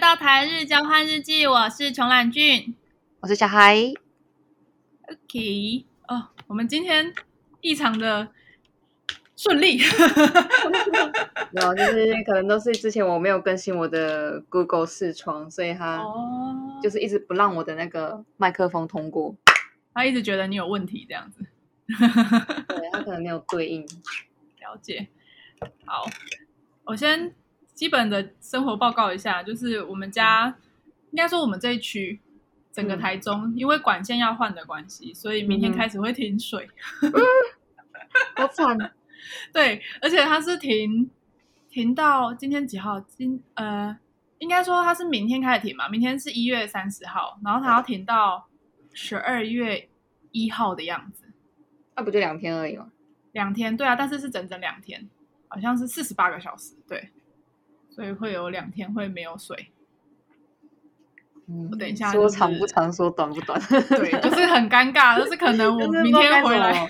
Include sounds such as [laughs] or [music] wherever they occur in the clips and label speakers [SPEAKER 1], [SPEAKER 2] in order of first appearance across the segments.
[SPEAKER 1] 到台日交换日记，我是琼兰俊。
[SPEAKER 2] 我是小孩，
[SPEAKER 1] OK，哦，我们今天异常的顺利，
[SPEAKER 2] 没有，啊就是可能都是之前我没有更新我的 Google 视窗，所以它
[SPEAKER 1] 哦，
[SPEAKER 2] 就是一直不让我的那个麦克风通过，
[SPEAKER 1] 他一直觉得你有问题这样子，
[SPEAKER 2] 对，它可能没有对应。
[SPEAKER 1] 了解。好，我先基本的生活报告一下，就是我们家应该说我们这一区。整个
[SPEAKER 2] 嗯
[SPEAKER 1] 台中，因为管线要换的关系，所以明天
[SPEAKER 2] 嗯哼
[SPEAKER 1] 开始会停水。
[SPEAKER 2] 好惨，
[SPEAKER 1] 对，而且它是停停到今天几号？今呃，应该说它是明天开始停嘛，明天是一月三十号，然后它要停到十二月一号的样子，
[SPEAKER 2] 那不就两天而已吗？
[SPEAKER 1] 两天。对啊，但是是整整两天，好像是四十八个小时，对，所以会有两天会没有水。
[SPEAKER 2] 嗯
[SPEAKER 1] 我等一下
[SPEAKER 2] 说
[SPEAKER 1] 就是
[SPEAKER 2] 长不长，说短不短。
[SPEAKER 1] 对，就是很尴尬，就是可
[SPEAKER 2] [laughs]
[SPEAKER 1] 能我
[SPEAKER 2] 真的
[SPEAKER 1] 明
[SPEAKER 2] 不知道
[SPEAKER 1] 天
[SPEAKER 2] 该
[SPEAKER 1] 回
[SPEAKER 2] 怎
[SPEAKER 1] 来，
[SPEAKER 2] 么，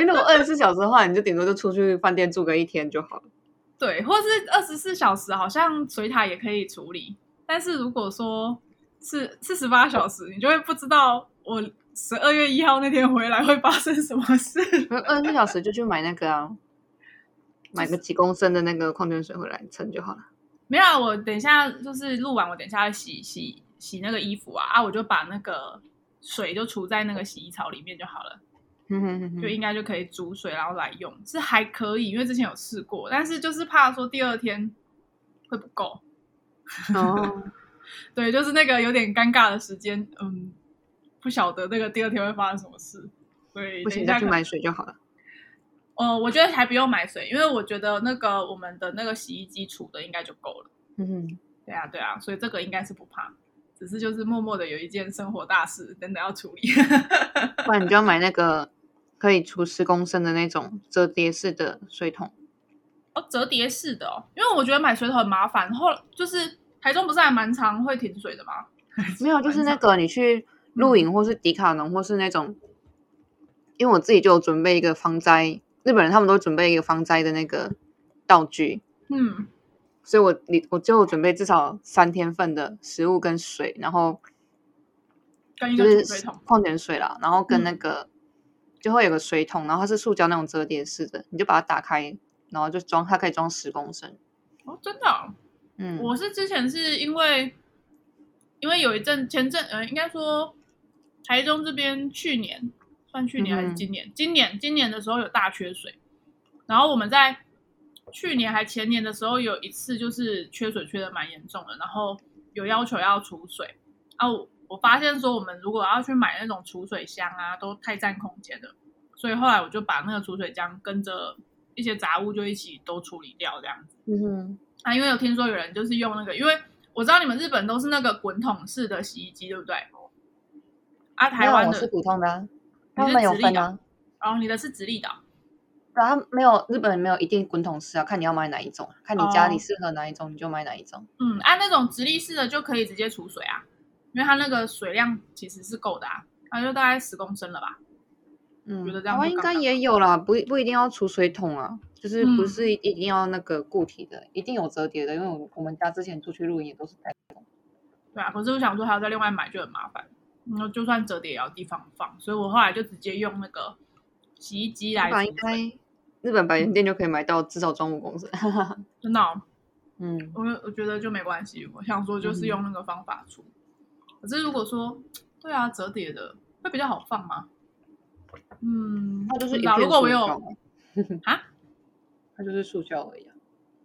[SPEAKER 2] 因为如果二十四小时的话，你就顶多就出去饭店住个一天就好了。
[SPEAKER 1] 对，或是二十四小时，好像水塔也可以处理。但是如果说是四十八小时，你就会不知道我十二月一号那天回来会发生什么事。 [laughs]
[SPEAKER 2] 二十四小时就去买那个啊，买个几公升的那个矿泉水回来盛就好了。
[SPEAKER 1] 没有啊，我等一下就是录完，我等一下洗洗洗那个衣服啊啊，我就把那个水就储在那个洗衣槽里面就好了，
[SPEAKER 2] 嗯哼哼哼哼
[SPEAKER 1] 就应该就可以煮水然后来用，是还可以，因为之前有试过，但是就是怕说第二天会不够。
[SPEAKER 2] 哦，
[SPEAKER 1] 对，就是那个有点尴尬的时间，嗯，不晓得那个第二天会发生什么事，所以
[SPEAKER 2] 不
[SPEAKER 1] 等一
[SPEAKER 2] 行
[SPEAKER 1] 下
[SPEAKER 2] 再去
[SPEAKER 1] 看
[SPEAKER 2] 买水就好了。
[SPEAKER 1] 呃，我觉得还不用买水，因为我觉得那个我们的那个洗衣机储的应该就够了。
[SPEAKER 2] 嗯哼，
[SPEAKER 1] 对啊，对啊，所以这个应该是不怕，只是就是默默的有一件生活大事等等要处理。 [laughs]
[SPEAKER 2] 不然你就要买那个可以除十公升的那种折叠式的水桶。
[SPEAKER 1] 哦，折叠式的哦，因为我觉得买水桶很麻烦，后就是台中不是还蛮常会停水的吗？
[SPEAKER 2] [laughs] 没有，就是那
[SPEAKER 1] 蛮常
[SPEAKER 2] 个你去露
[SPEAKER 1] 嗯
[SPEAKER 2] 营，或是迪卡侬，或是那种，因为我自己就有准备一个防灾，日本人他们都准备一个防灾的那个道具，
[SPEAKER 1] 嗯，
[SPEAKER 2] 所以我你我就有准备至少三天份的食物跟水，然后
[SPEAKER 1] 跟一
[SPEAKER 2] 就
[SPEAKER 1] 个储水
[SPEAKER 2] 是
[SPEAKER 1] 桶，
[SPEAKER 2] 矿泉水啦，然后跟那
[SPEAKER 1] 嗯
[SPEAKER 2] 个、就会有个水桶，然后它是塑胶那种折叠式的，你就把它打开，然后就装，它可以装十公升。
[SPEAKER 1] 哦，真的哦、
[SPEAKER 2] 嗯，
[SPEAKER 1] 我是之前是因为，因为有一阵前阵，呃，应该说台中这边去年算去年还
[SPEAKER 2] 嗯
[SPEAKER 1] 是
[SPEAKER 2] 哼
[SPEAKER 1] 今年？今年今年的时候有大缺水，然后我们在去年还前年的时候有一次就是缺水缺的蛮严重的，然后有要求要储水啊，我我发现说我们如果要去买那种储水箱啊，都太占空间了，所以后来我就把那个储水箱跟着一些杂物就一起都处理掉这样子。
[SPEAKER 2] 嗯哼，
[SPEAKER 1] 啊，因为有听说有人就是用那个，因为我知道你们日本都是那个滚筒式的洗衣机，对不对？啊，
[SPEAKER 2] 没
[SPEAKER 1] 台
[SPEAKER 2] 有
[SPEAKER 1] 湾
[SPEAKER 2] 我是
[SPEAKER 1] 的，
[SPEAKER 2] 普通的、啊，
[SPEAKER 1] 你
[SPEAKER 2] 他
[SPEAKER 1] 是
[SPEAKER 2] 们有
[SPEAKER 1] 直立
[SPEAKER 2] 分
[SPEAKER 1] 的
[SPEAKER 2] 啊。
[SPEAKER 1] 然后、哦、你的是直立的哦，
[SPEAKER 2] 然后没有日本人没有一定滚筒式啊，看你要买哪一种，看你家
[SPEAKER 1] 哦
[SPEAKER 2] 里适合哪一种你就买哪一种。
[SPEAKER 1] 嗯，啊，那种直立式的就可以直接储水啊，因为它那个水量其实是够的啊，它就大概十公升了吧。
[SPEAKER 2] 嗯
[SPEAKER 1] 觉得，这样
[SPEAKER 2] 台湾
[SPEAKER 1] 就
[SPEAKER 2] 应
[SPEAKER 1] 刚
[SPEAKER 2] 该
[SPEAKER 1] 刚
[SPEAKER 2] 也有啦，不不一定要储水桶啊，就是不
[SPEAKER 1] 嗯
[SPEAKER 2] 是一定要那个固体的，一定有折叠的，因为我我们家之前出去露营也都是带。
[SPEAKER 1] 对啊，可是我想说还要再另外买就很麻烦，然后就算折叠也要地方放，所以我后来就直接用那个洗衣机来
[SPEAKER 2] 日本
[SPEAKER 1] 储
[SPEAKER 2] 应
[SPEAKER 1] 水。
[SPEAKER 2] 该日本百元店就可以买到，至少装
[SPEAKER 1] [laughs]
[SPEAKER 2] 五公升。
[SPEAKER 1] 真的、哦，
[SPEAKER 2] 嗯，
[SPEAKER 1] 我我觉得就没关系，我想说就是用那个方法出。可是如果说，对啊，折叠的会比较好放吗？嗯，
[SPEAKER 2] 它就
[SPEAKER 1] 不
[SPEAKER 2] 是
[SPEAKER 1] 知
[SPEAKER 2] 一
[SPEAKER 1] 道
[SPEAKER 2] 片
[SPEAKER 1] 如果我
[SPEAKER 2] 塑
[SPEAKER 1] 有 [laughs]
[SPEAKER 2] 胶啊
[SPEAKER 1] 啊，
[SPEAKER 2] 它就是塑胶而已、啊。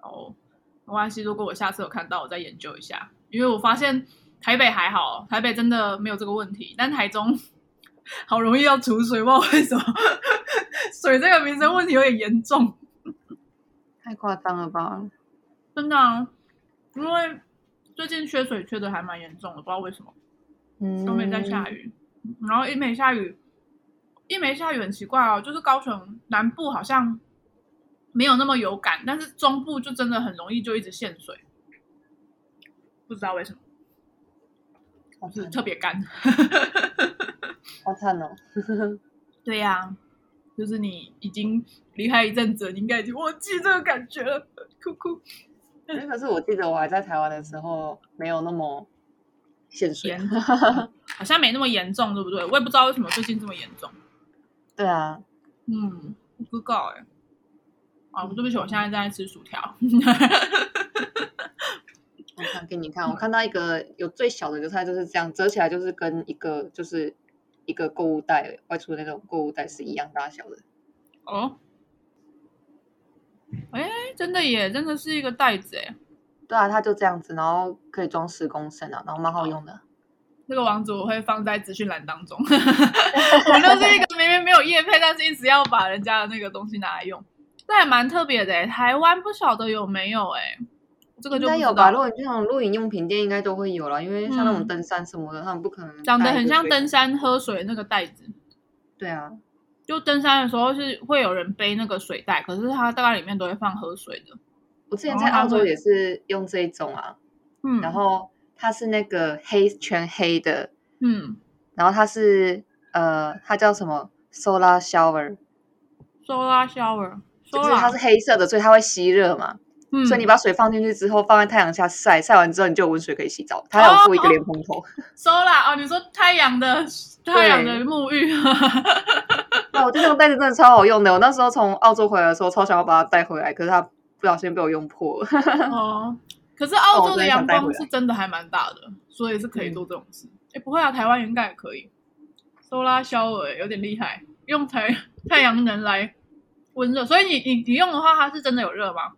[SPEAKER 1] 哦，没关系，如果我下次有看到，我再研究一下，因为我发现台北还好，台北真的没有这个问题，但台中 [laughs] 好容易要储水，不知道为什么水这个民生问题有点严重。
[SPEAKER 2] 太夸张了吧？
[SPEAKER 1] 真的、啊，因为最近缺水缺的还蛮严重的，不知道为什么
[SPEAKER 2] 嗯，
[SPEAKER 1] 都没在下
[SPEAKER 2] 雨。
[SPEAKER 1] 雨，然后一没下雨，一没下雨很奇怪哦，就是高雄南部好像没有那么有感，但是中部就真的很容易就一直限水，不知道为什么，
[SPEAKER 2] 好
[SPEAKER 1] 就是
[SPEAKER 2] 惨
[SPEAKER 1] 特别干。
[SPEAKER 2] 好惨哦！
[SPEAKER 1] 对呀、就是你已经离开一阵子，你应该已经忘记这个感觉了，哭哭。
[SPEAKER 2] 哎可是我记得我还在台湾的时候没有那么限水。
[SPEAKER 1] 严，好像没那么严重，对不对？我也不知道为什么最近这么严重。
[SPEAKER 2] 对啊，
[SPEAKER 1] 嗯，不知道哎、啊，对不起，我现在在吃薯条。
[SPEAKER 2] 我看给你看，我看到一个有最小的邮差就是这样折起来，就是跟一个就是一个购物袋外出的那种购物袋是一样大小的。
[SPEAKER 1] 哦，哎，真的耶，真的是一个袋子哎。
[SPEAKER 2] 对啊，它就这样子，然后可以装十公升啊，然后蛮好用的。
[SPEAKER 1] 这个网址我会放在资讯栏当中。 [laughs] 我就是一个明明没有业配，但是一直要把人家的那个东西拿来用，这还蛮特别的哎。台湾不晓得有没有哎，这个
[SPEAKER 2] 应
[SPEAKER 1] 就不
[SPEAKER 2] 该
[SPEAKER 1] 知
[SPEAKER 2] 有吧？
[SPEAKER 1] 道
[SPEAKER 2] 如果你去那种露营用品店，应该都会有啦，因为像那种
[SPEAKER 1] 嗯
[SPEAKER 2] 登山什么的，他们不可能
[SPEAKER 1] 长得
[SPEAKER 2] 带一
[SPEAKER 1] 很
[SPEAKER 2] 个
[SPEAKER 1] 像
[SPEAKER 2] 水
[SPEAKER 1] 登山喝水的那个袋子。
[SPEAKER 2] 对啊，
[SPEAKER 1] 就登山的时候是会有人背那个水袋，可是它大概里面都会放喝水的。
[SPEAKER 2] 我之前
[SPEAKER 1] 哦
[SPEAKER 2] 在澳
[SPEAKER 1] 它
[SPEAKER 2] 洲
[SPEAKER 1] 会
[SPEAKER 2] 也是用这一种啊，
[SPEAKER 1] 嗯，
[SPEAKER 2] 然后它是那个黑全黑的，
[SPEAKER 1] 嗯
[SPEAKER 2] 然后它是呃，它叫什么 solar shower，
[SPEAKER 1] ，solar shower，
[SPEAKER 2] 就是
[SPEAKER 1] solar，
[SPEAKER 2] 它是黑色的，所以它会吸热嘛，
[SPEAKER 1] 嗯，
[SPEAKER 2] 所以你把水放进去之后，放在太阳下晒，晒完之后你就有温水可以洗澡，它还有附一个
[SPEAKER 1] 哦
[SPEAKER 2] 莲蓬头。 [laughs]
[SPEAKER 1] solar 哦，你说太阳的太阳的沐浴， [laughs]
[SPEAKER 2] 那、我觉得这个袋子真的超好用的，我那时候从澳洲回来的时候超想要把它带回来，可是它不小心被我用破了。 [laughs]
[SPEAKER 1] 哦，可是澳洲的阳
[SPEAKER 2] 哦
[SPEAKER 1] 光
[SPEAKER 2] 我真的想带回来嗯
[SPEAKER 1] 是真的还蛮大的，所以是可以做这种事。哎、不会啊，台湾应该也可以，solar shower 欸有点厉害，用太太阳能来温热，所以你你你用的话，它是真的有热吗？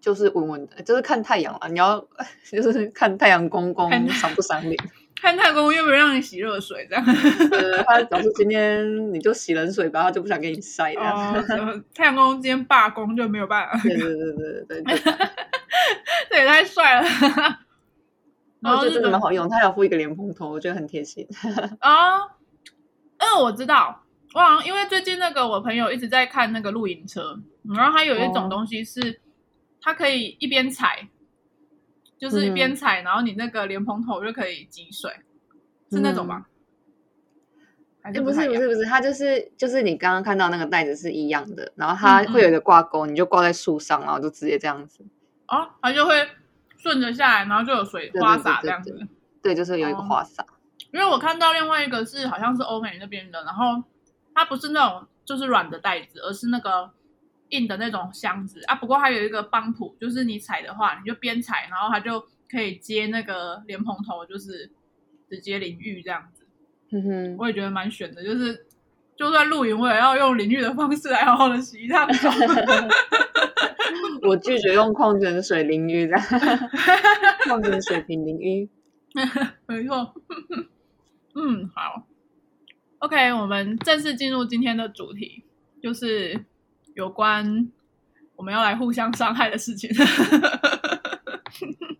[SPEAKER 2] 就是稳稳的，就是看太阳啊！你要 [laughs] 就是看太阳公公
[SPEAKER 1] 看太
[SPEAKER 2] 赏不赏脸。 [laughs]
[SPEAKER 1] 看太空有没有让你洗热水这样？哦
[SPEAKER 2] 呃，他表示今天你就洗冷水吧，他就不想给你晒这样。
[SPEAKER 1] 哦，呃太阳公今天罢工就没有办法， [laughs]
[SPEAKER 2] 对对对对对对对，
[SPEAKER 1] 这也太帅了。然
[SPEAKER 2] 我
[SPEAKER 1] 后日
[SPEAKER 2] 觉得哦真的
[SPEAKER 1] 本
[SPEAKER 2] 蛮好用，他有附一个莲蓬头，我觉得很贴心。
[SPEAKER 1] 啊，嗯，我知道，我好像因为最近那个我朋友一直在看那个露营车，然后它有一
[SPEAKER 2] 哦
[SPEAKER 1] 种东西是它可以一边踩，
[SPEAKER 2] 嗯
[SPEAKER 1] 就是一边踩，然后你那个莲蓬头就可以积水，是那种吗？还
[SPEAKER 2] 哎，
[SPEAKER 1] 是
[SPEAKER 2] 不
[SPEAKER 1] 太
[SPEAKER 2] 是
[SPEAKER 1] 一
[SPEAKER 2] 不
[SPEAKER 1] 样
[SPEAKER 2] 是不是，它就是就是你刚刚看到那个袋子是一样的，然后它会有一个挂钩，你就挂在树上，然后就直接这样子。
[SPEAKER 1] 哦，它就会顺着下来，然后就有水
[SPEAKER 2] 对
[SPEAKER 1] 花
[SPEAKER 2] 对
[SPEAKER 1] 洒这
[SPEAKER 2] 对
[SPEAKER 1] 样
[SPEAKER 2] 对
[SPEAKER 1] 子。
[SPEAKER 2] 对，就是有一个
[SPEAKER 1] 哦
[SPEAKER 2] 花洒。
[SPEAKER 1] 因为我看到另外一个是好像是欧美那边的，然后它不是那种就是软的袋子，而是那个硬的那种箱子啊。不过它有一个帮浦，就是你踩的话，你就边踩，然后它就可以接那个莲蓬头，就是直接淋浴这样子。
[SPEAKER 2] 哼嗯哼，
[SPEAKER 1] 我也觉得蛮选的，就是就算露营，我也要用淋浴的方式来好好的洗一趟澡。
[SPEAKER 2] 我拒绝用矿泉水淋浴的， [laughs] 矿泉水瓶淋浴。
[SPEAKER 1] 没错，哎 [laughs] 嗯，好，OK，我们正式进入今天的主题，就是有关我们要来互相伤害的事情。 [laughs]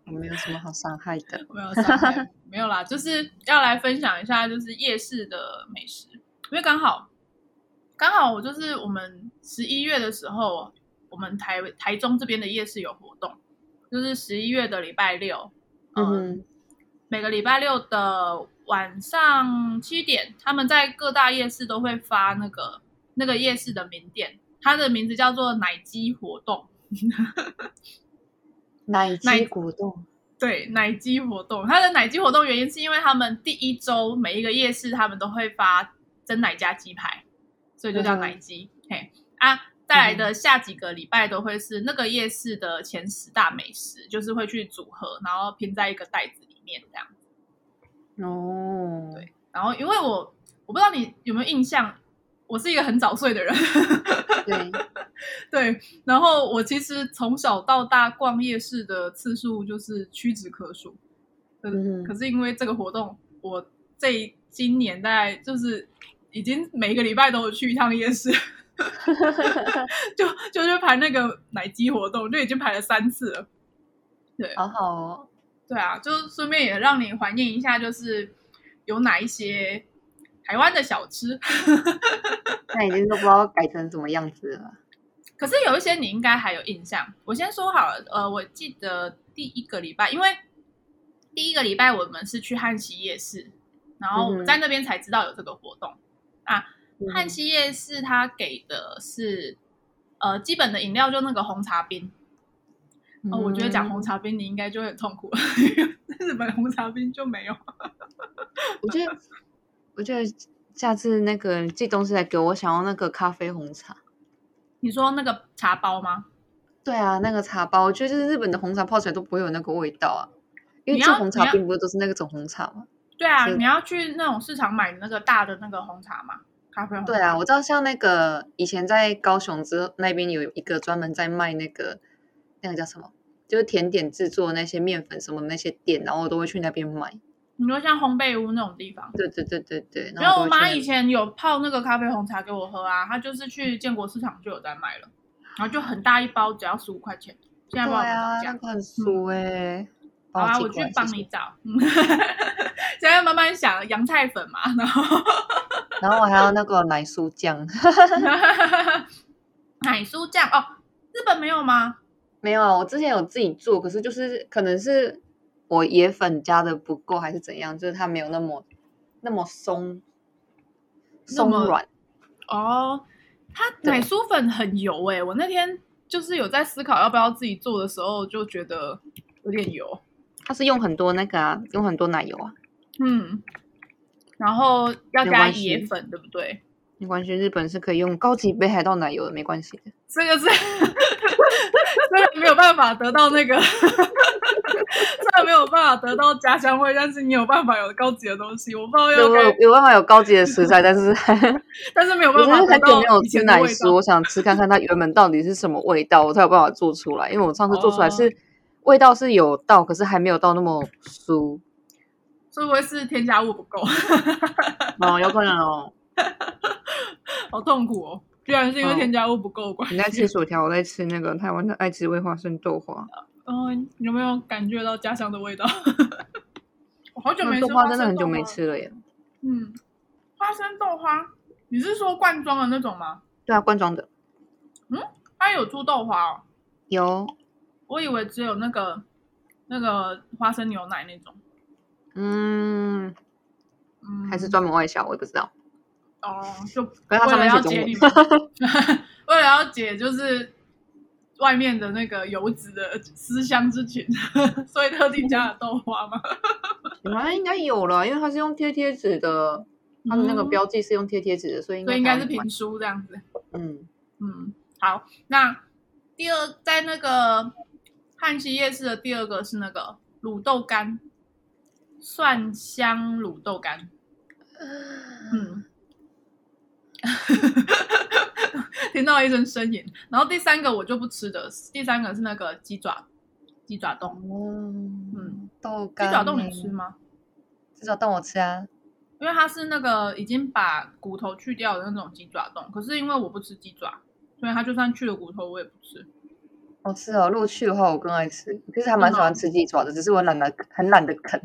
[SPEAKER 2] 我没有什么好伤害的。
[SPEAKER 1] 没有伤
[SPEAKER 2] [laughs]
[SPEAKER 1] 害，没有啦，就是要来分享一下，就是夜市的美食，因为刚好刚好我就是我们十一月的时候，我们台台中这边的夜市有活动，就是十一月的礼拜六，
[SPEAKER 2] 嗯
[SPEAKER 1] 嗯
[SPEAKER 2] 哼，
[SPEAKER 1] 每个礼拜六的晚上七点，他们在各大夜市都会发那个那个夜市的名店，它的名字叫做奶鸡活动。
[SPEAKER 2] 奶
[SPEAKER 1] 奶
[SPEAKER 2] 鸡果冻，
[SPEAKER 1] 对，奶鸡活动，它的奶鸡活动原因是因为他们第一周每一个夜市他们都会发真奶加鸡排，所以就叫奶鸡。嘿啊，再来的下几个礼拜都会是那个夜市的前十大美食，就是会去组合，然后拼在一个袋子里面这样。
[SPEAKER 2] 哦，对，
[SPEAKER 1] 然后因为我我不知道你有没有印象，我是一个很早睡的人， [laughs]
[SPEAKER 2] 对，
[SPEAKER 1] 对。然后我其实从小到大逛夜市的次数就是屈指可数，可
[SPEAKER 2] 嗯哼
[SPEAKER 1] 可是因为这个活动，我这今年大概就是已经每个礼拜都有去一趟夜
[SPEAKER 2] [laughs]
[SPEAKER 1] 市。就就是排那个奶鸡活动，就已经排了三次了。
[SPEAKER 2] 好好哦。
[SPEAKER 1] 对啊，就顺便也让你怀念一下，就是有哪一些台湾的小吃。
[SPEAKER 2] 那已经都不知道改成什么样子了。
[SPEAKER 1] 可是有一些你应该还有印象。我先说好了，呃，我记得第一个礼拜，因为第一个礼拜我们是去汉西夜市，然后我
[SPEAKER 2] 嗯哼
[SPEAKER 1] 们在那边才知道有这个活动。汉
[SPEAKER 2] 嗯
[SPEAKER 1] 西夜市它给的是呃基本的饮料，就那个红茶冰。
[SPEAKER 2] 嗯
[SPEAKER 1] 哦，我觉得讲红茶冰你应该就会很痛苦， [laughs] 日本红茶冰就没有。
[SPEAKER 2] 嗯，我觉得，我觉得下次那个寄东西来给我，我想要那个咖啡红茶。
[SPEAKER 1] [laughs] 你说那个茶包吗？
[SPEAKER 2] 对啊，那个茶包，我觉得就是日本的红茶泡起来都不会有那个味道啊，因为
[SPEAKER 1] 你
[SPEAKER 2] 做
[SPEAKER 1] 要
[SPEAKER 2] 红
[SPEAKER 1] 你
[SPEAKER 2] 茶
[SPEAKER 1] 要
[SPEAKER 2] 并不是都是那个种红茶嘛。
[SPEAKER 1] 对啊，
[SPEAKER 2] 是
[SPEAKER 1] 你要去那种市场买的那个大的那个红茶嘛，咖啡红茶。
[SPEAKER 2] 对啊，我知道像那个以前在高雄之后那边有一个专门在卖那个那个叫什么，就是甜点制作那些面粉什么那些店，然后我都会去那边买。
[SPEAKER 1] 你说像烘焙屋那种地方。
[SPEAKER 2] 对对对对对，
[SPEAKER 1] 因为
[SPEAKER 2] 然后
[SPEAKER 1] 我
[SPEAKER 2] 都会
[SPEAKER 1] 妈
[SPEAKER 2] 去
[SPEAKER 1] 以前有泡那个咖啡红茶给我喝啊，她就是去建国市场就有在卖了，然后就很大一包，只要十五块钱。现
[SPEAKER 2] 那
[SPEAKER 1] 在
[SPEAKER 2] 边
[SPEAKER 1] 帮我
[SPEAKER 2] 对
[SPEAKER 1] 们涨
[SPEAKER 2] 啊，
[SPEAKER 1] 价
[SPEAKER 2] 那。个很熟哎、
[SPEAKER 1] 好啊，
[SPEAKER 2] 帮
[SPEAKER 1] 我
[SPEAKER 2] 寄
[SPEAKER 1] 去
[SPEAKER 2] 过来
[SPEAKER 1] 帮
[SPEAKER 2] 谢谢
[SPEAKER 1] 你找。 [laughs] 嗯现在慢慢想洋菜粉嘛，然后 [laughs]
[SPEAKER 2] 然后我还要那个奶酥酱，
[SPEAKER 1] 奶酥酱哦，日本没有吗？
[SPEAKER 2] 没有啊，我之前有自己做，可是就是可能是我野粉加的不够，还是怎样，就是它没有那么那么松
[SPEAKER 1] 那
[SPEAKER 2] 松
[SPEAKER 1] 么
[SPEAKER 2] 软。
[SPEAKER 1] 哦，它奶酥粉很油哎、我那天就是有在思考要不要自己做的时候，就觉得有点油，
[SPEAKER 2] 它是用很多那个啊，用很多奶油啊，
[SPEAKER 1] 嗯，然后要
[SPEAKER 2] 没
[SPEAKER 1] 加
[SPEAKER 2] 关系
[SPEAKER 1] 椰粉，对不对？
[SPEAKER 2] 没关系，日本是可以用高级北海道奶油的，没关系的。
[SPEAKER 1] 这个是虽然没有办法得到那个，虽然没有办法得到家乡味，但是你有办法有高级的东啊西。我不知道
[SPEAKER 2] 有
[SPEAKER 1] 要
[SPEAKER 2] 有
[SPEAKER 1] 该，
[SPEAKER 2] 有办法有高级的食材，但是 [laughs]
[SPEAKER 1] 但是没有
[SPEAKER 2] 我
[SPEAKER 1] 办
[SPEAKER 2] 真
[SPEAKER 1] 法
[SPEAKER 2] 的
[SPEAKER 1] 得
[SPEAKER 2] 很久
[SPEAKER 1] 到
[SPEAKER 2] 没有
[SPEAKER 1] 以
[SPEAKER 2] 吃
[SPEAKER 1] 前的
[SPEAKER 2] 奶
[SPEAKER 1] 味
[SPEAKER 2] 酥，
[SPEAKER 1] 道。
[SPEAKER 2] 我想吃看看它原本到底是什么味道，我才有办法做出来。因为我上次做出来是、
[SPEAKER 1] 哦
[SPEAKER 2] 味道是有到，可是还没有到那么酥。
[SPEAKER 1] 会不会是添加物不够？ [laughs]
[SPEAKER 2] 哦，有可能哦。
[SPEAKER 1] 好痛苦哦！居然是因为
[SPEAKER 2] 哦
[SPEAKER 1] 添加物不够关。
[SPEAKER 2] 你在吃薯条，我在吃那个台湾的爱滋味花生豆花。
[SPEAKER 1] 嗯、有没有感觉到家乡的味道？ [laughs] 我好久
[SPEAKER 2] 那
[SPEAKER 1] 没吃
[SPEAKER 2] 嗯豆花真的
[SPEAKER 1] 生
[SPEAKER 2] 很久
[SPEAKER 1] 豆
[SPEAKER 2] 没
[SPEAKER 1] 花了。
[SPEAKER 2] 吃了耶。
[SPEAKER 1] 嗯，花生豆花，你是说罐装的那种吗？
[SPEAKER 2] 对啊，罐装的
[SPEAKER 1] 它有出豆花哦。
[SPEAKER 2] 有，
[SPEAKER 1] 我以为只有那个那个花生牛奶那种，
[SPEAKER 2] 嗯，
[SPEAKER 1] 嗯，
[SPEAKER 2] 还是专门外销，我也不知道。
[SPEAKER 1] 哦，就
[SPEAKER 2] 可
[SPEAKER 1] 为
[SPEAKER 2] 是它上
[SPEAKER 1] 了
[SPEAKER 2] 面
[SPEAKER 1] 要
[SPEAKER 2] 写
[SPEAKER 1] 解
[SPEAKER 2] 中
[SPEAKER 1] 你
[SPEAKER 2] 文。
[SPEAKER 1] 们，
[SPEAKER 2] [laughs]
[SPEAKER 1] 为了要解就是外面的那个油脂的思乡之情， [laughs] 所以特地加了豆花
[SPEAKER 2] [laughs]
[SPEAKER 1] 嘛。
[SPEAKER 2] 应该哎应该有了，因为它是用贴贴纸的，它的那个
[SPEAKER 1] 嗯
[SPEAKER 2] 标记是用贴贴纸的，所以应
[SPEAKER 1] 所
[SPEAKER 2] 该
[SPEAKER 1] 以应该是
[SPEAKER 2] 台湾
[SPEAKER 1] 评书这样子。
[SPEAKER 2] 嗯，
[SPEAKER 1] 嗯，好，那第二在那个汉西夜市的第二个是那个卤豆干，蒜香卤豆干。嗯， [laughs] 听到一声呻吟。然后第三个我就不吃的，第三个是那个鸡爪，鸡爪冻。
[SPEAKER 2] 嗯，豆
[SPEAKER 1] 鸡
[SPEAKER 2] 干
[SPEAKER 1] 爪冻你吃？吗？
[SPEAKER 2] 鸡爪冻我吃啊，
[SPEAKER 1] 因为它是那个已经把骨头去掉的那种鸡爪冻，可是因为我不吃鸡爪，所以它就算去了骨头我也不吃。
[SPEAKER 2] 我吃哦。如果去的话，我更爱吃。其实还蛮喜欢吃鸡爪的，只是我懒得，很懒得啃。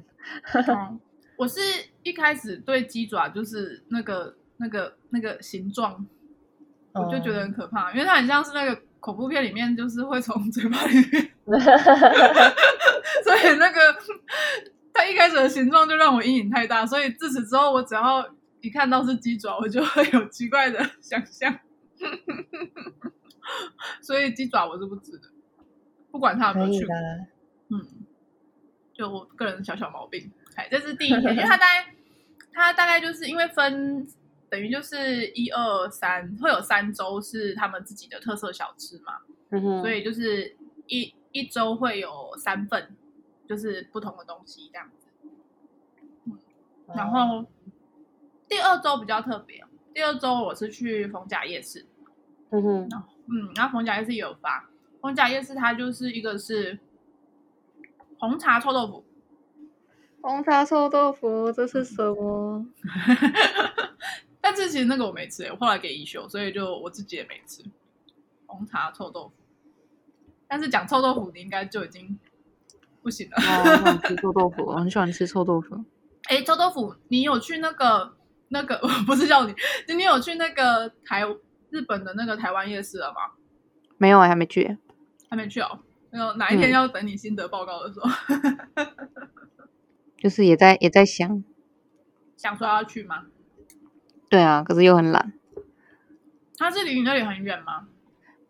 [SPEAKER 1] 哦，我是一开始对鸡爪就是那个那个那个形状，我就
[SPEAKER 2] 嗯
[SPEAKER 1] 觉得
[SPEAKER 2] 哦
[SPEAKER 1] 很可怕，因为它很像是那个恐怖片里面就是会从嘴巴里
[SPEAKER 2] [laughs]
[SPEAKER 1] 面，所以那个它一开始的形状就让我阴影太大，所以自此之后我只要一看到是鸡爪，我就会有奇怪的想象， [laughs] 所以鸡爪我是不吃的，不管它有没
[SPEAKER 2] 可
[SPEAKER 1] 有
[SPEAKER 2] 以
[SPEAKER 1] 去
[SPEAKER 2] 的
[SPEAKER 1] 过。，嗯，就我个人小小毛病。哎，这是第一页，因为它大概它大概就是因为分等于就是一二三会有三周是他们自己的特色小吃嘛，
[SPEAKER 2] 嗯哼
[SPEAKER 1] 所以就是一一周会有三份，就是不同的东西这样子。然后第二周比较特别，第二周我是去逢甲夜市，
[SPEAKER 2] 嗯哼，
[SPEAKER 1] 嗯，然后逢甲夜市也有发，逢甲夜市它就是一个是红茶臭豆腐。
[SPEAKER 2] 红茶臭豆腐这是什么？
[SPEAKER 1] 但是其实那个我没吃、欸，我后来给一休，所以就我自己也没吃红茶臭豆腐。但是讲臭豆腐，你应该就已经不行了。
[SPEAKER 2] 哦，我想吃臭豆腐，我很喜欢吃臭豆腐。
[SPEAKER 1] 哎、臭豆腐，你有去那个那个 [laughs] 不是叫你，你有去那个台日本的那个台湾夜市了吗？
[SPEAKER 2] 没有，还没去。欸
[SPEAKER 1] 还没去哦。那种哪一天
[SPEAKER 2] 嗯
[SPEAKER 1] 要等你心得报告的时候， [laughs]
[SPEAKER 2] 就是也在也在想，
[SPEAKER 1] 想说要去吗？
[SPEAKER 2] 对啊，可是又很懒。
[SPEAKER 1] 它是离你那里很远吗？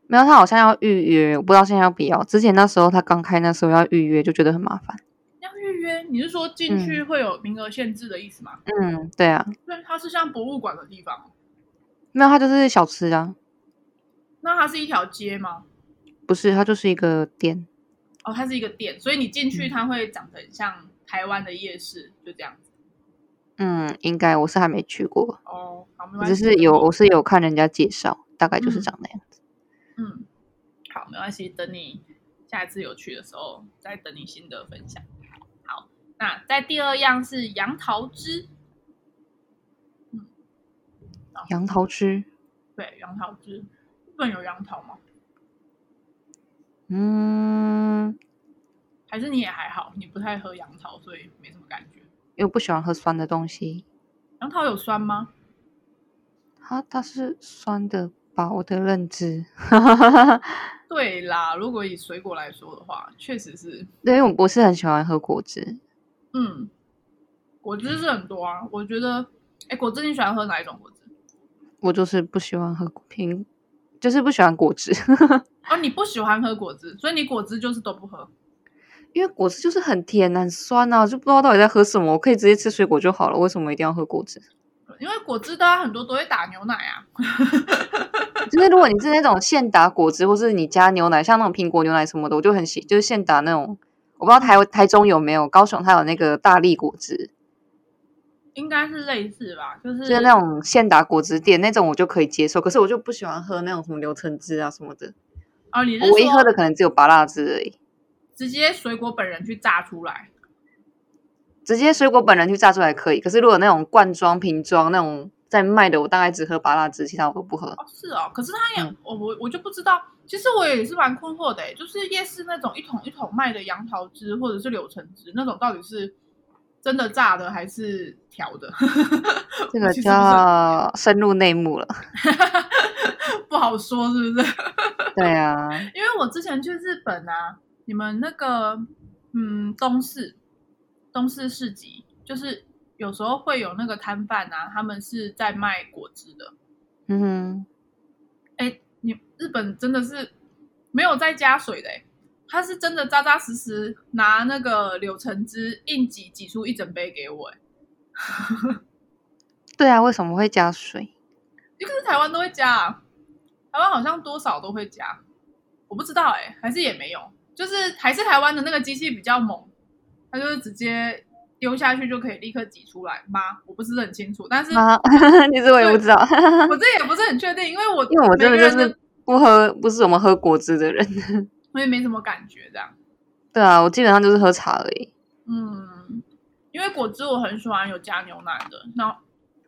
[SPEAKER 2] 没有，他好像要预约，我不知道现在要不要。之前那时候他刚开那时候要预约，就觉得很麻烦。
[SPEAKER 1] 要预约？你是说进去会有名额限制的意思吗？
[SPEAKER 2] 嗯，对啊，
[SPEAKER 1] 那它是像博物馆的地方，
[SPEAKER 2] 没有，他就是小吃啊，
[SPEAKER 1] 那它是一条街吗？
[SPEAKER 2] 不是，他就是一个店。
[SPEAKER 1] 哦，它是一个店，所以你进去
[SPEAKER 2] 嗯
[SPEAKER 1] 它会长得很像台湾的夜市，就这样子。
[SPEAKER 2] 嗯，应该我是还没去过，
[SPEAKER 1] 哦，好，没
[SPEAKER 2] 我
[SPEAKER 1] 关
[SPEAKER 2] 只
[SPEAKER 1] 系。
[SPEAKER 2] 是有我是有看人家介绍，大概就是
[SPEAKER 1] 嗯
[SPEAKER 2] 长那样子。
[SPEAKER 1] 嗯，好，没关系，等你下一次有去的时候再等你新的分享。好，那在第二样是杨桃汁，
[SPEAKER 2] 杨桃汁，
[SPEAKER 1] 对，杨桃汁，日本有杨桃吗？
[SPEAKER 2] 嗯，
[SPEAKER 1] 还是你也还好，你不太喝杨桃，所以没什么感觉。
[SPEAKER 2] 因为我不喜欢喝酸的东西。
[SPEAKER 1] 杨桃有酸吗？
[SPEAKER 2] 它它是酸的吧？我的认知，
[SPEAKER 1] 对啦，如果以水果来说的话，确实是，
[SPEAKER 2] 对，因为我不是很喜欢喝果汁。
[SPEAKER 1] 嗯，果汁是很多啊。我觉得，哎，果汁你喜欢喝哪一种果汁？
[SPEAKER 2] 我就是不喜欢喝苹，就是不喜欢果汁， [laughs]
[SPEAKER 1] 啊，你不喜欢喝果汁，所以你果汁就是都不喝。
[SPEAKER 2] 因为果汁就是很甜、很酸啊，就不知道到底在喝什么。我可以直接吃水果就好了，为什么一定要喝果汁？ [laughs]
[SPEAKER 1] 因为果汁大家很多都会打牛奶啊，
[SPEAKER 2] 就是如果你是那种现打果汁，或是你加牛奶，像那种苹果牛奶什么的，我就很喜，就是现打那种。我不知道台台中有没有，高雄它有那个大力果汁，
[SPEAKER 1] 应该是类似吧，就是
[SPEAKER 2] 就是那种现打果汁店那种，我就可以接受。可是我就不喜欢喝那种什么柳橙汁啊什么的，
[SPEAKER 1] 哦，你是
[SPEAKER 2] 我唯一喝的
[SPEAKER 1] 说
[SPEAKER 2] 可能只有芭乐汁而已。
[SPEAKER 1] 直接水果本人去榨出来？
[SPEAKER 2] 直接水果本人去榨出来可以，可是如果那种罐装、瓶装那种在卖的，我大概只喝芭乐汁，其他我都不喝。
[SPEAKER 1] 哦，是哦，可是它也、
[SPEAKER 2] 嗯
[SPEAKER 1] 我我我就不知道，其实我也是蛮困惑的诶，就是夜市那种一桶一桶卖的杨桃汁或者是柳橙汁那种，到底是真的榨的还是调的？ [laughs]
[SPEAKER 2] 这
[SPEAKER 1] 我
[SPEAKER 2] 个
[SPEAKER 1] 其实不是很
[SPEAKER 2] 叫深入内幕了。 [laughs]
[SPEAKER 1] 不好说，是不是？
[SPEAKER 2] 对啊，
[SPEAKER 1] 因为我之前去日本啊，你们那个嗯东市东市市集，就是有时候会有那个摊贩啊，他们是在卖果汁的。
[SPEAKER 2] 嗯哼，
[SPEAKER 1] 哎，你日本真的是没有再加水的诶，欸他是真的扎扎实实拿那个柳橙汁硬挤挤出一整杯给我欸诶，
[SPEAKER 2] 对啊，为什么会加水？
[SPEAKER 1] 可是台湾都会加啊，台湾好像多少都会加，我不知道哎、还是也没有，就是还是台湾的那个机器比较猛，它就是直接丢下去就可以立刻挤出来吗？我不是很清楚，但是
[SPEAKER 2] [laughs] 啊，其实我也不知道，
[SPEAKER 1] 我这也不是很确定，因为我
[SPEAKER 2] [laughs] 因为我真的就
[SPEAKER 1] 每个人
[SPEAKER 2] 是不喝，不是我们喝果汁的人。 [laughs]
[SPEAKER 1] 我也没什么感觉这样，
[SPEAKER 2] 对啊，我基本上就是喝茶而已。
[SPEAKER 1] 嗯，因为果汁我很喜欢有加牛奶的，然后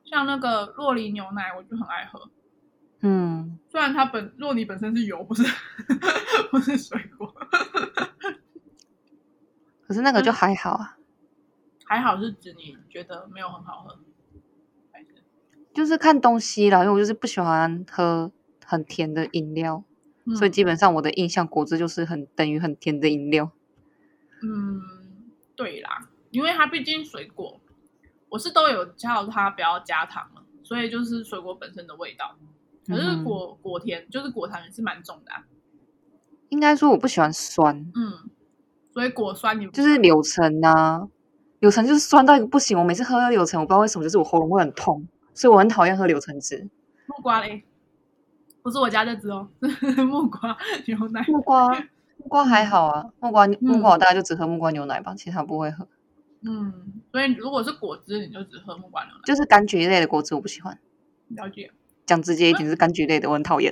[SPEAKER 1] 像那个洛梨牛奶我就很爱喝，
[SPEAKER 2] 嗯，
[SPEAKER 1] 虽然它本洛梨本身是油，不是 [laughs] 不是水果，
[SPEAKER 2] 可是那个就
[SPEAKER 1] 嗯
[SPEAKER 2] 还好啊，
[SPEAKER 1] 还好是指你觉得没有很好喝，还是
[SPEAKER 2] 就是看东西啦，因为我就是不喜欢喝很甜的饮料，
[SPEAKER 1] 嗯
[SPEAKER 2] 所以基本上我的印象果汁就是很等于很甜的饮料。
[SPEAKER 1] 嗯，对啦，因为它毕竟水果，我是都有叫它不要加糖了，所以就是水果本身的味道。可是
[SPEAKER 2] 嗯
[SPEAKER 1] 果、果甜就是果糖也是蛮重的、啊，
[SPEAKER 2] 应该说我不喜欢酸，
[SPEAKER 1] 嗯，所以果酸你
[SPEAKER 2] 就是柳橙啊，柳橙就是酸到一个不行。我每次喝柳橙，我不知道为什么，就是我喉咙会很痛，所以我很讨厌喝柳橙汁。
[SPEAKER 1] 木瓜嘞，不是我家这只哦， [laughs] 是木瓜牛奶。
[SPEAKER 2] 木瓜，木瓜还好啊，木瓜木瓜
[SPEAKER 1] 嗯
[SPEAKER 2] 我大概就只喝木瓜牛奶吧，其他不会喝，
[SPEAKER 1] 嗯，所以如果是果汁，你就只喝木瓜牛
[SPEAKER 2] 就是柑橘类的果汁我不喜欢。
[SPEAKER 1] 奶，了解。
[SPEAKER 2] 讲直接一点，就是柑橘类的我很讨厌。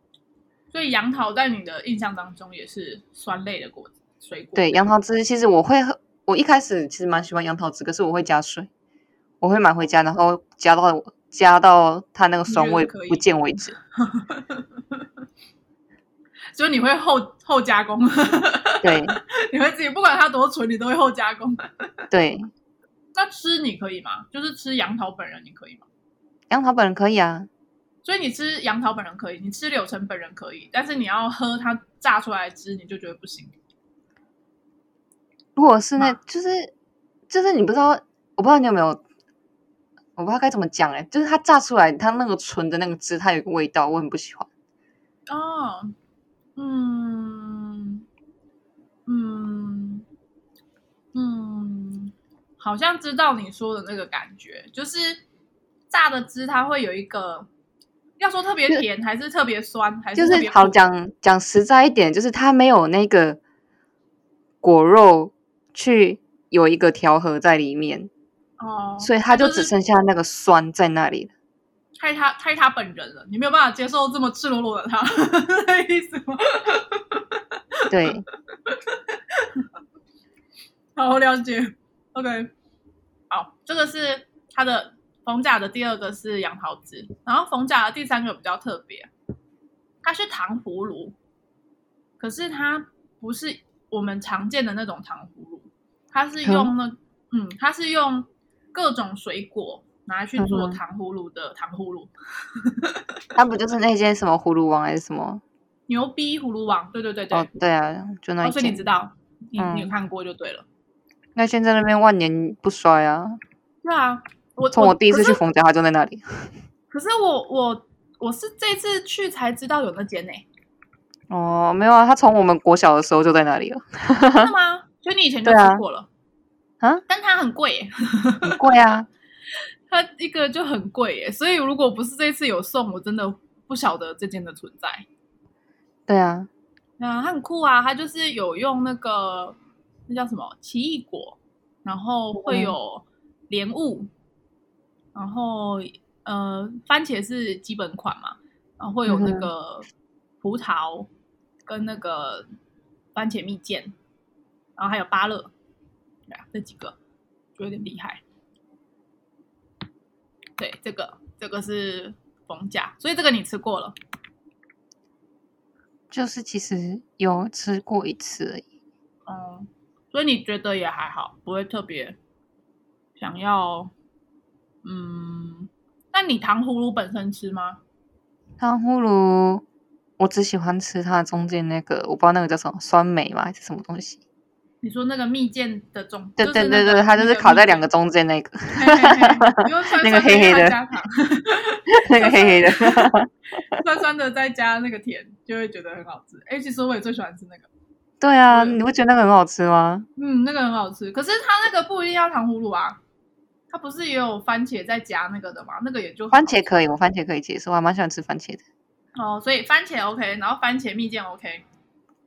[SPEAKER 2] [laughs]
[SPEAKER 1] 所以杨桃在你的印象当中也是酸类的果子水果，
[SPEAKER 2] 对，杨桃汁其实我会喝，我一开始其实蛮喜欢杨桃汁，可是我会加水，我会买回家，然后加到我加到它那个
[SPEAKER 1] 你觉
[SPEAKER 2] 酸
[SPEAKER 1] 得
[SPEAKER 2] 味
[SPEAKER 1] 可
[SPEAKER 2] 不
[SPEAKER 1] 以
[SPEAKER 2] 见为止。
[SPEAKER 1] 所以你会后后加工。
[SPEAKER 2] 对
[SPEAKER 1] [laughs] 你会自己不管它多纯，你都会后加工。
[SPEAKER 2] 对，
[SPEAKER 1] [laughs] 那吃你可以吗？就是吃杨桃本人你可以吗？
[SPEAKER 2] 杨桃本人可以啊，
[SPEAKER 1] 所以你吃杨桃本人可以，你吃柳橙本人可以，但是你要喝它榨出来的汁，你就觉得不行。
[SPEAKER 2] 如果是那，
[SPEAKER 1] 嘛
[SPEAKER 2] 就是就是你不知道，我不知道你有没有，欸我不知道该怎么讲哎、就是它榨出来，它那个纯的那个汁，它有一个味道，我很不喜欢。
[SPEAKER 1] 哦，嗯，嗯，嗯，好像知道你说的那个感觉，就是榨的汁它会有一个，要说特别甜还是特别酸，还
[SPEAKER 2] 就是
[SPEAKER 1] 特别
[SPEAKER 2] 是好
[SPEAKER 1] 苦
[SPEAKER 2] 讲讲实在一点，就是它没有那个果肉去有一个调和在里面，
[SPEAKER 1] 哦，
[SPEAKER 2] 所以它就只
[SPEAKER 1] 是
[SPEAKER 2] 剩下那个酸在那里了。
[SPEAKER 1] 太他太他本人了，你没有办法接受这么赤裸裸的他， [laughs] 那意思吗？ [laughs]
[SPEAKER 2] 对，
[SPEAKER 1] 好，了解。OK，好，这个是它的逢甲的第二个是杨桃汁，然后逢甲的第三个比较特别，它是糖葫芦，可是它不是我们常见的那种糖葫芦，它是用那嗯，它是用各种水果拿来去做
[SPEAKER 2] 嗯哼
[SPEAKER 1] 糖葫芦的糖葫芦，
[SPEAKER 2] 它不就是那间什么葫芦王还是什么？
[SPEAKER 1] 牛逼葫芦王，对对对对，
[SPEAKER 2] 哦，对啊，就那
[SPEAKER 1] 哦
[SPEAKER 2] 一
[SPEAKER 1] 所以你
[SPEAKER 2] 间
[SPEAKER 1] 知。道，你、你有
[SPEAKER 2] 嗯
[SPEAKER 1] 看过就对了。
[SPEAKER 2] 那现在那边万年不衰啊！
[SPEAKER 1] 对啊，我
[SPEAKER 2] 从我第一
[SPEAKER 1] 可
[SPEAKER 2] 次
[SPEAKER 1] 是
[SPEAKER 2] 去冯家，它就在那里。
[SPEAKER 1] 可是我我我是这次去才知道有那间呢、
[SPEAKER 2] 哦，没有啊，它从我们国小的时候就在那里了，
[SPEAKER 1] 真的吗？所以你以前就
[SPEAKER 2] 嗯对啊
[SPEAKER 1] 吃过了
[SPEAKER 2] 啊
[SPEAKER 1] 但它很贵耶、
[SPEAKER 2] 很贵啊。
[SPEAKER 1] 它一个就很贵耶、所以如果不是这次有送，我真的不晓得这间的存在。
[SPEAKER 2] 对啊，
[SPEAKER 1] 嗯，它很酷啊，它就是有用那个那叫什么奇异果，然后
[SPEAKER 2] 嗯
[SPEAKER 1] 会有莲雾，然后呃番茄是基本款嘛，然后会有那
[SPEAKER 2] 嗯哼
[SPEAKER 1] 个葡萄跟那个番茄蜜饯，然后还有芭乐，对啊，这几个就有点厉害。对，这个这个是逢甲，所以这个你吃过了。
[SPEAKER 2] 就是其实有吃过一次而已。
[SPEAKER 1] 嗯，所以你觉得也还好，不会特别想要，嗯，那你糖葫芦本身吃吗？
[SPEAKER 2] 糖葫芦，我只喜欢吃它中间那个，我不知道那个叫什么酸梅吗还是什么东西？
[SPEAKER 1] 你说那个蜜饯的中，
[SPEAKER 2] 对
[SPEAKER 1] 就
[SPEAKER 2] 对
[SPEAKER 1] 是那
[SPEAKER 2] 对
[SPEAKER 1] 个
[SPEAKER 2] 对，它就是烤在两个
[SPEAKER 1] 那
[SPEAKER 2] 中间那个，
[SPEAKER 1] 个蜜饯，嘿嘿嘿 [laughs] 因为酸
[SPEAKER 2] 那个
[SPEAKER 1] 酸的
[SPEAKER 2] 黑黑
[SPEAKER 1] 要
[SPEAKER 2] 的
[SPEAKER 1] 加糖，
[SPEAKER 2] 那个黑黑的。 [laughs]
[SPEAKER 1] 酸酸的再加那个甜，就会觉得很好吃。哎、其实我也最喜欢吃那个，
[SPEAKER 2] 对啊，
[SPEAKER 1] 对
[SPEAKER 2] 你不觉得那个很好吃吗？
[SPEAKER 1] 嗯，那个很好吃。可是它那个不一定要糖葫芦啊，它不是也有番茄再加那个的吗？那个也就很
[SPEAKER 2] 番
[SPEAKER 1] 好
[SPEAKER 2] 茄
[SPEAKER 1] 吃
[SPEAKER 2] 可以，我番茄可以接受，我还蛮喜欢吃番
[SPEAKER 1] [laughs]
[SPEAKER 2] 茄的。
[SPEAKER 1] 哦，所以番茄 OK，然后番茄蜜饯 OK，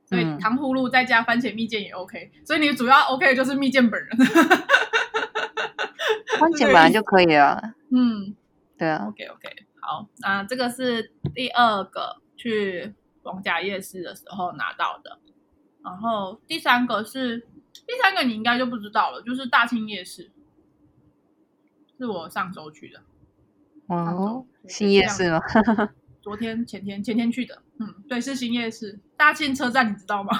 [SPEAKER 1] 所以
[SPEAKER 2] 嗯
[SPEAKER 1] 糖葫芦再加番茄蜜饯也 OK，所以你主要 OK 的就是蜜饯本人。 [laughs]
[SPEAKER 2] 番茄本来就可以啊，
[SPEAKER 1] 嗯
[SPEAKER 2] 对啊，
[SPEAKER 1] ，OK OK，好，那这个是第二个去逢甲夜市的时候拿到的，然后第三个是第三个你应该就不知道了，就是大庆夜市，是我上周去的，上
[SPEAKER 2] 哦
[SPEAKER 1] 周，
[SPEAKER 2] 新夜市吗？
[SPEAKER 1] 昨天前天前天去的，嗯，对，是新夜市，大庆车站你知道吗？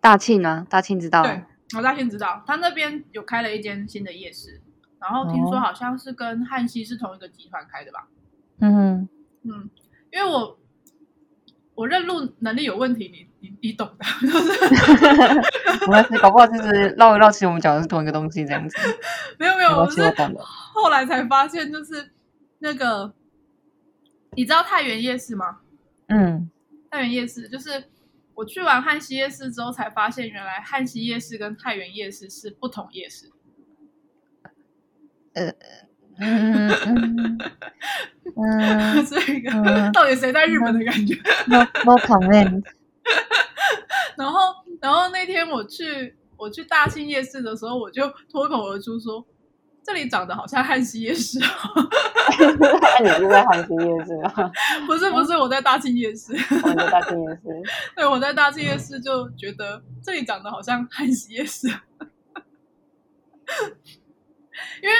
[SPEAKER 2] 大庆啊，大庆知道
[SPEAKER 1] 对，我大庆知道，他那边有开了一间新的夜市，然后听说
[SPEAKER 2] 哦
[SPEAKER 1] 好像是跟汉西是同一个集团开的吧？
[SPEAKER 2] 嗯，
[SPEAKER 1] 嗯，因为我我认路能力有问题，你你你懂的，就是
[SPEAKER 2] 没关系，搞不好就是绕一绕，其实我们讲的是同一个东西，这样子。
[SPEAKER 1] 没有没有，
[SPEAKER 2] 没
[SPEAKER 1] 我
[SPEAKER 2] 关系
[SPEAKER 1] 是
[SPEAKER 2] [laughs] 我懂的
[SPEAKER 1] 后来才发现，就是那个你知道太原夜市吗？
[SPEAKER 2] 嗯，
[SPEAKER 1] 太原夜市就是我去完汉西夜市之后才发现，原来汉西夜市跟太原夜市是不同夜市。
[SPEAKER 2] 嗯嗯
[SPEAKER 1] [laughs]
[SPEAKER 2] 嗯
[SPEAKER 1] 所以一个
[SPEAKER 2] 嗯
[SPEAKER 1] 到底谁在日本的感觉？
[SPEAKER 2] ，no no comment。
[SPEAKER 1] 然后，然后那天我去我去大庆夜市的时候，我就脱口而出说：“这里长得好像汉西夜市。啊
[SPEAKER 2] 那你是在韩国夜市吗？”
[SPEAKER 1] [laughs] 不是不是，我在大庆夜市。 [laughs]
[SPEAKER 2] 我在大庆夜市。
[SPEAKER 1] 对，我在大庆夜市就觉得这里长得好像汉西夜市，啊 [laughs] 因为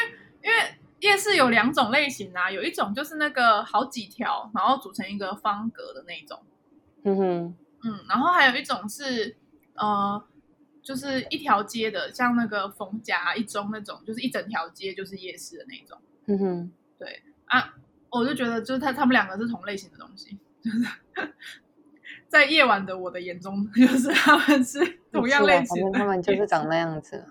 [SPEAKER 1] 因为夜市有两种类型啊，有一种就是那个好几条，然后组成一个方格的那种。
[SPEAKER 2] 嗯哼，
[SPEAKER 1] 嗯，然后还有一种是呃，就是一条街的，像那个逢甲一中那种，就是一整条街就是夜市的那种
[SPEAKER 2] 嗯哼，
[SPEAKER 1] 啊。我就觉得，就是他他们两个是同类型的东西，就是 [laughs] 在夜晚的我的眼中， [laughs] 就是他们是同样类型
[SPEAKER 2] 反正
[SPEAKER 1] 的。
[SPEAKER 2] 他们就是长那样子。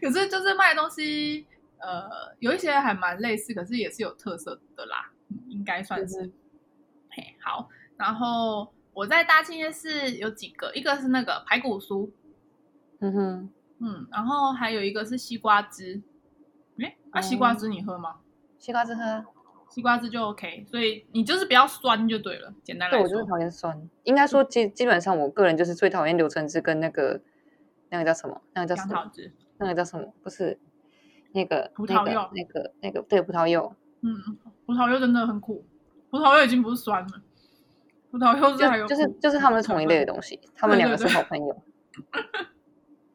[SPEAKER 1] 可是就是卖东西，呃，有一些还蛮类似，可是也是有特色的啦，嗯应该算是。嘿，好，然后我在大庆夜市有几个，一个是那个排骨酥，
[SPEAKER 2] 嗯哼，
[SPEAKER 1] 嗯，然后还有一个是西瓜汁。哎，那、啊、西
[SPEAKER 2] 哦
[SPEAKER 1] 瓜汁你喝吗？
[SPEAKER 2] 西瓜汁喝，
[SPEAKER 1] 西瓜汁就 OK，所以你就是比较酸就对了。简单来
[SPEAKER 2] 对
[SPEAKER 1] 说，
[SPEAKER 2] 我就是讨厌酸。应该说基基本上我个人就是最讨厌柳橙汁跟那个那个叫什么？那个叫什
[SPEAKER 1] 杨
[SPEAKER 2] 么
[SPEAKER 1] 桃？汁，
[SPEAKER 2] 那个叫什么？不是那个
[SPEAKER 1] 葡萄柚
[SPEAKER 2] 那个那个那个对葡萄柚，
[SPEAKER 1] 嗯，葡萄柚真的很苦，葡萄柚已经不是酸了，葡萄柚是还有
[SPEAKER 2] 就就是
[SPEAKER 1] 苦
[SPEAKER 2] 就是他们是同一类的东西，他们两个是好朋友。 [laughs]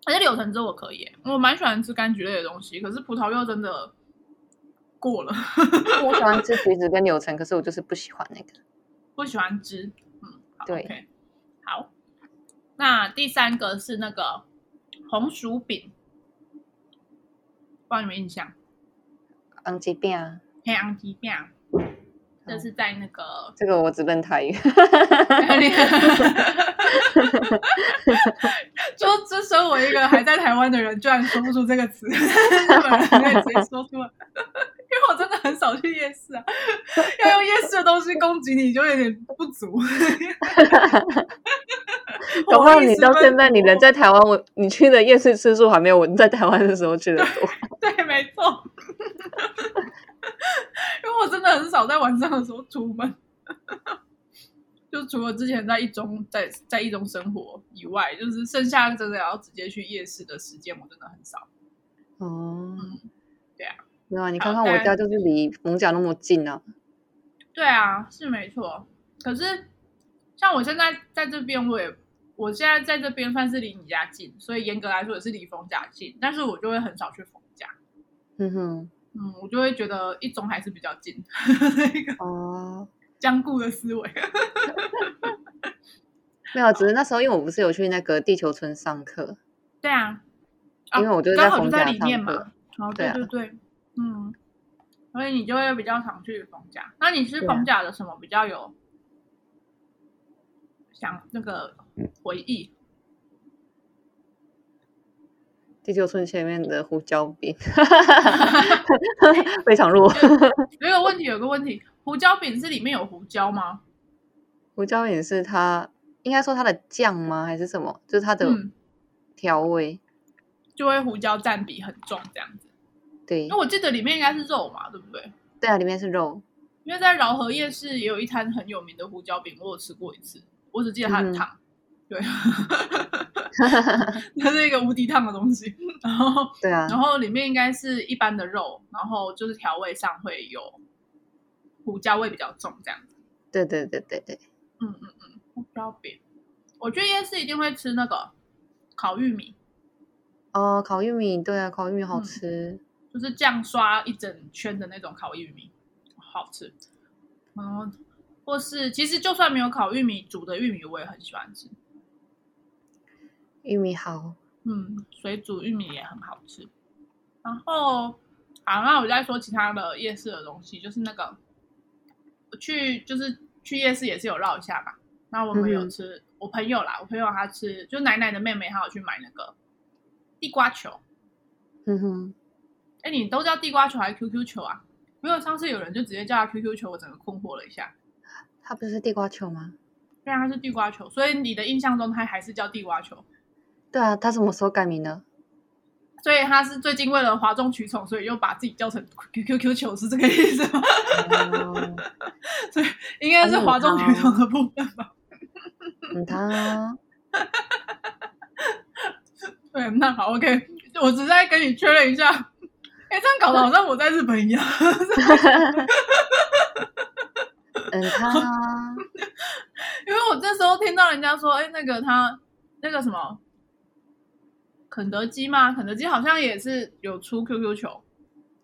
[SPEAKER 1] 而且柳橙汁我可以耶，我蛮喜欢吃柑橘类的东西，可是葡萄柚真的过了，
[SPEAKER 2] 我喜欢吃橘子跟柳橙，可是我就是不喜欢那个。
[SPEAKER 1] 不喜欢汁。嗯，好
[SPEAKER 2] 对
[SPEAKER 1] OK 好。那第三个是那个红薯饼，不知道你们印象？
[SPEAKER 2] 昂吉饼啊，
[SPEAKER 1] 黑昂鸡饼，这是在那个
[SPEAKER 2] 这个我只认台语。嗯
[SPEAKER 1] [laughs]
[SPEAKER 2] [laughs]
[SPEAKER 1] 就这身为一个还在台湾的人，居然说不出这个词， [laughs] 日本人可以直接说出来。因为我真的很少去夜市啊，要用夜市的东西攻击你，就有点不足。
[SPEAKER 2] [laughs] 搞不好你到现
[SPEAKER 1] 在。
[SPEAKER 2] 在你人在台湾，我你去的夜市次数还没有我在台湾的时候去的多。
[SPEAKER 1] 对，没错。 [laughs] 因为我真的很少在晚上的时候出门，就除了之前在一中在在一中生活以外，就是剩下真的要直接去夜市的时间，我真的很少。
[SPEAKER 2] 哦
[SPEAKER 1] [laughs] 嗯，对啊，
[SPEAKER 2] 没有啊，你
[SPEAKER 1] 好
[SPEAKER 2] 看看
[SPEAKER 1] 当
[SPEAKER 2] 我
[SPEAKER 1] 然
[SPEAKER 2] 家就是离蒙甲那么近啊。
[SPEAKER 1] 对啊，是没错。可是像我现在在这边，我也我现在在这边算是离你家近，所以严格来说也是离冯家近，但是我就会很少去冯家。
[SPEAKER 2] 嗯
[SPEAKER 1] [laughs]
[SPEAKER 2] 哼，
[SPEAKER 1] 嗯，我就会觉得一中还是比较近， [laughs] 那个
[SPEAKER 2] 哦，
[SPEAKER 1] 僵固的思维。
[SPEAKER 2] 没有，啊只是那时候因为我不是有去那个地球村上课，
[SPEAKER 1] 对啊，啊
[SPEAKER 2] 因为我就是
[SPEAKER 1] 刚
[SPEAKER 2] 在
[SPEAKER 1] 好就
[SPEAKER 2] 冯
[SPEAKER 1] 在
[SPEAKER 2] 甲
[SPEAKER 1] 里面
[SPEAKER 2] 上
[SPEAKER 1] 嘛
[SPEAKER 2] 课。。
[SPEAKER 1] 哦，
[SPEAKER 2] 对
[SPEAKER 1] 对
[SPEAKER 2] 啊
[SPEAKER 1] 对对，嗯，所以你就会比较常去逢甲。那你是
[SPEAKER 2] 对啊
[SPEAKER 1] 逢甲的什么比较有想那个
[SPEAKER 2] 嗯
[SPEAKER 1] 回忆？
[SPEAKER 2] 地球村前面的胡椒
[SPEAKER 1] [laughs]
[SPEAKER 2] 饼，非常弱。
[SPEAKER 1] 有一个问题，有个问题，胡椒饼是里面有胡椒吗？
[SPEAKER 2] 胡椒饼是它，应该说它的酱吗？还是什么？就是它的
[SPEAKER 1] 嗯，
[SPEAKER 2] 调味。
[SPEAKER 1] 就会胡椒占比很重这样子。
[SPEAKER 2] 对
[SPEAKER 1] 因为，我记得里面应该是肉嘛，对不对？
[SPEAKER 2] 对啊，里面是肉。
[SPEAKER 1] 因为在饶河夜市也有一摊很有名的胡椒饼，我有吃过一次，我只记得它
[SPEAKER 2] 嗯
[SPEAKER 1] 很烫，对， [laughs] 它是一个无敌烫的东西。 [laughs] 然后，
[SPEAKER 2] 对啊，
[SPEAKER 1] 然后里面应该是一般的肉，然后就是调味上会有胡椒味比较重这样子。
[SPEAKER 2] 对对对对对。
[SPEAKER 1] 嗯嗯嗯，胡椒饼，我去夜市一定会吃那个烤玉米，
[SPEAKER 2] 哦，烤玉米，对啊，烤玉米好
[SPEAKER 1] 嗯
[SPEAKER 2] 吃。
[SPEAKER 1] 就是酱刷一整圈的那种烤玉米，好吃。然后或是其实就算没有烤玉米，煮的玉米我也很喜欢吃。
[SPEAKER 2] 玉米好，
[SPEAKER 1] 嗯，水煮玉米也很好吃。然后，好，那我再说其他的夜市的东西，就是那个我去就是去夜市也是有绕一下嘛。那我们有
[SPEAKER 2] 嗯哼
[SPEAKER 1] 吃，我朋友啦，我朋友他吃，就奶奶的妹妹，她有去买那个地瓜球。
[SPEAKER 2] 嗯哼，
[SPEAKER 1] 哎，你都叫地瓜球还是 QQ 球啊？没有，上次有人就直接叫他 QQ 球，我整个困惑了一下。
[SPEAKER 2] 它不是地瓜球吗？
[SPEAKER 1] 虽然它是地瓜球，所以你的印象中它还是叫地瓜球，
[SPEAKER 2] 对啊，它什么时候改名的？
[SPEAKER 1] 所以他是最近为了哗众取宠，所以又把自己叫成 QQQ 球，是这个意思吗？
[SPEAKER 2] 哦，
[SPEAKER 1] 应该是哗众取宠的部分吧。
[SPEAKER 2] 嗯，它
[SPEAKER 1] 对，那好，OK，我只是在跟你确认一下。哎，这样搞得好像我在日本一样。 [laughs]
[SPEAKER 2] 嗯它，
[SPEAKER 1] 因为我这时候听到人家说，哎，那个他那个什么肯德基嘛，肯德基好像也是有出 QQ 球，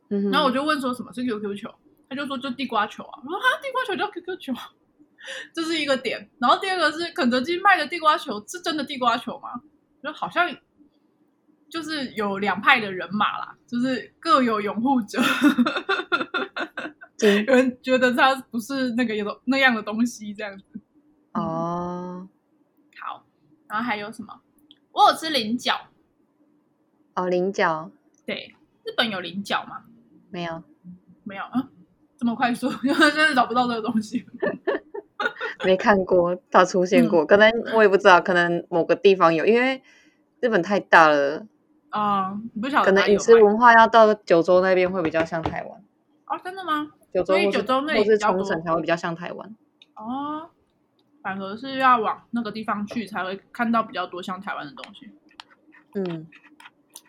[SPEAKER 2] 嗯哼，
[SPEAKER 1] 然后我就问说什么是 QQ 球，他就说就地瓜球啊，我说哈地瓜球叫 QQ 球啊， [laughs] 这是一个点。然后第二个是肯德基卖的地瓜球是真的地瓜球吗？就好像就是有两派的人马啦，就是各有拥护者。 [laughs]
[SPEAKER 2] 金
[SPEAKER 1] 有人觉得它不是那个有那样的东西这样子。
[SPEAKER 2] 哦
[SPEAKER 1] 好，然后还有什么？我有吃菱角，
[SPEAKER 2] 哦菱角
[SPEAKER 1] 对，日本有菱角吗？
[SPEAKER 2] 没有，
[SPEAKER 1] [laughs] 没有啊，这么快速，就是找不到这个东西。
[SPEAKER 2] 没看过它出
[SPEAKER 1] 嗯
[SPEAKER 2] 现过，可能我也不知道，可能某个地方有，因为日本太大了，
[SPEAKER 1] 啊、嗯，你不晓得
[SPEAKER 2] 可能
[SPEAKER 1] 哪里
[SPEAKER 2] 饮
[SPEAKER 1] 有
[SPEAKER 2] 食
[SPEAKER 1] 卖
[SPEAKER 2] 文化要到九州那边会比较像台湾，
[SPEAKER 1] 哦，真的吗？
[SPEAKER 2] 九州
[SPEAKER 1] 所以
[SPEAKER 2] 或是
[SPEAKER 1] 九州那里
[SPEAKER 2] 或是
[SPEAKER 1] 比较
[SPEAKER 2] 冲
[SPEAKER 1] 多
[SPEAKER 2] 绳才会比较像台湾。
[SPEAKER 1] 哦，反而是要往那个地方去才会看到比较多像台湾的东西。
[SPEAKER 2] 嗯，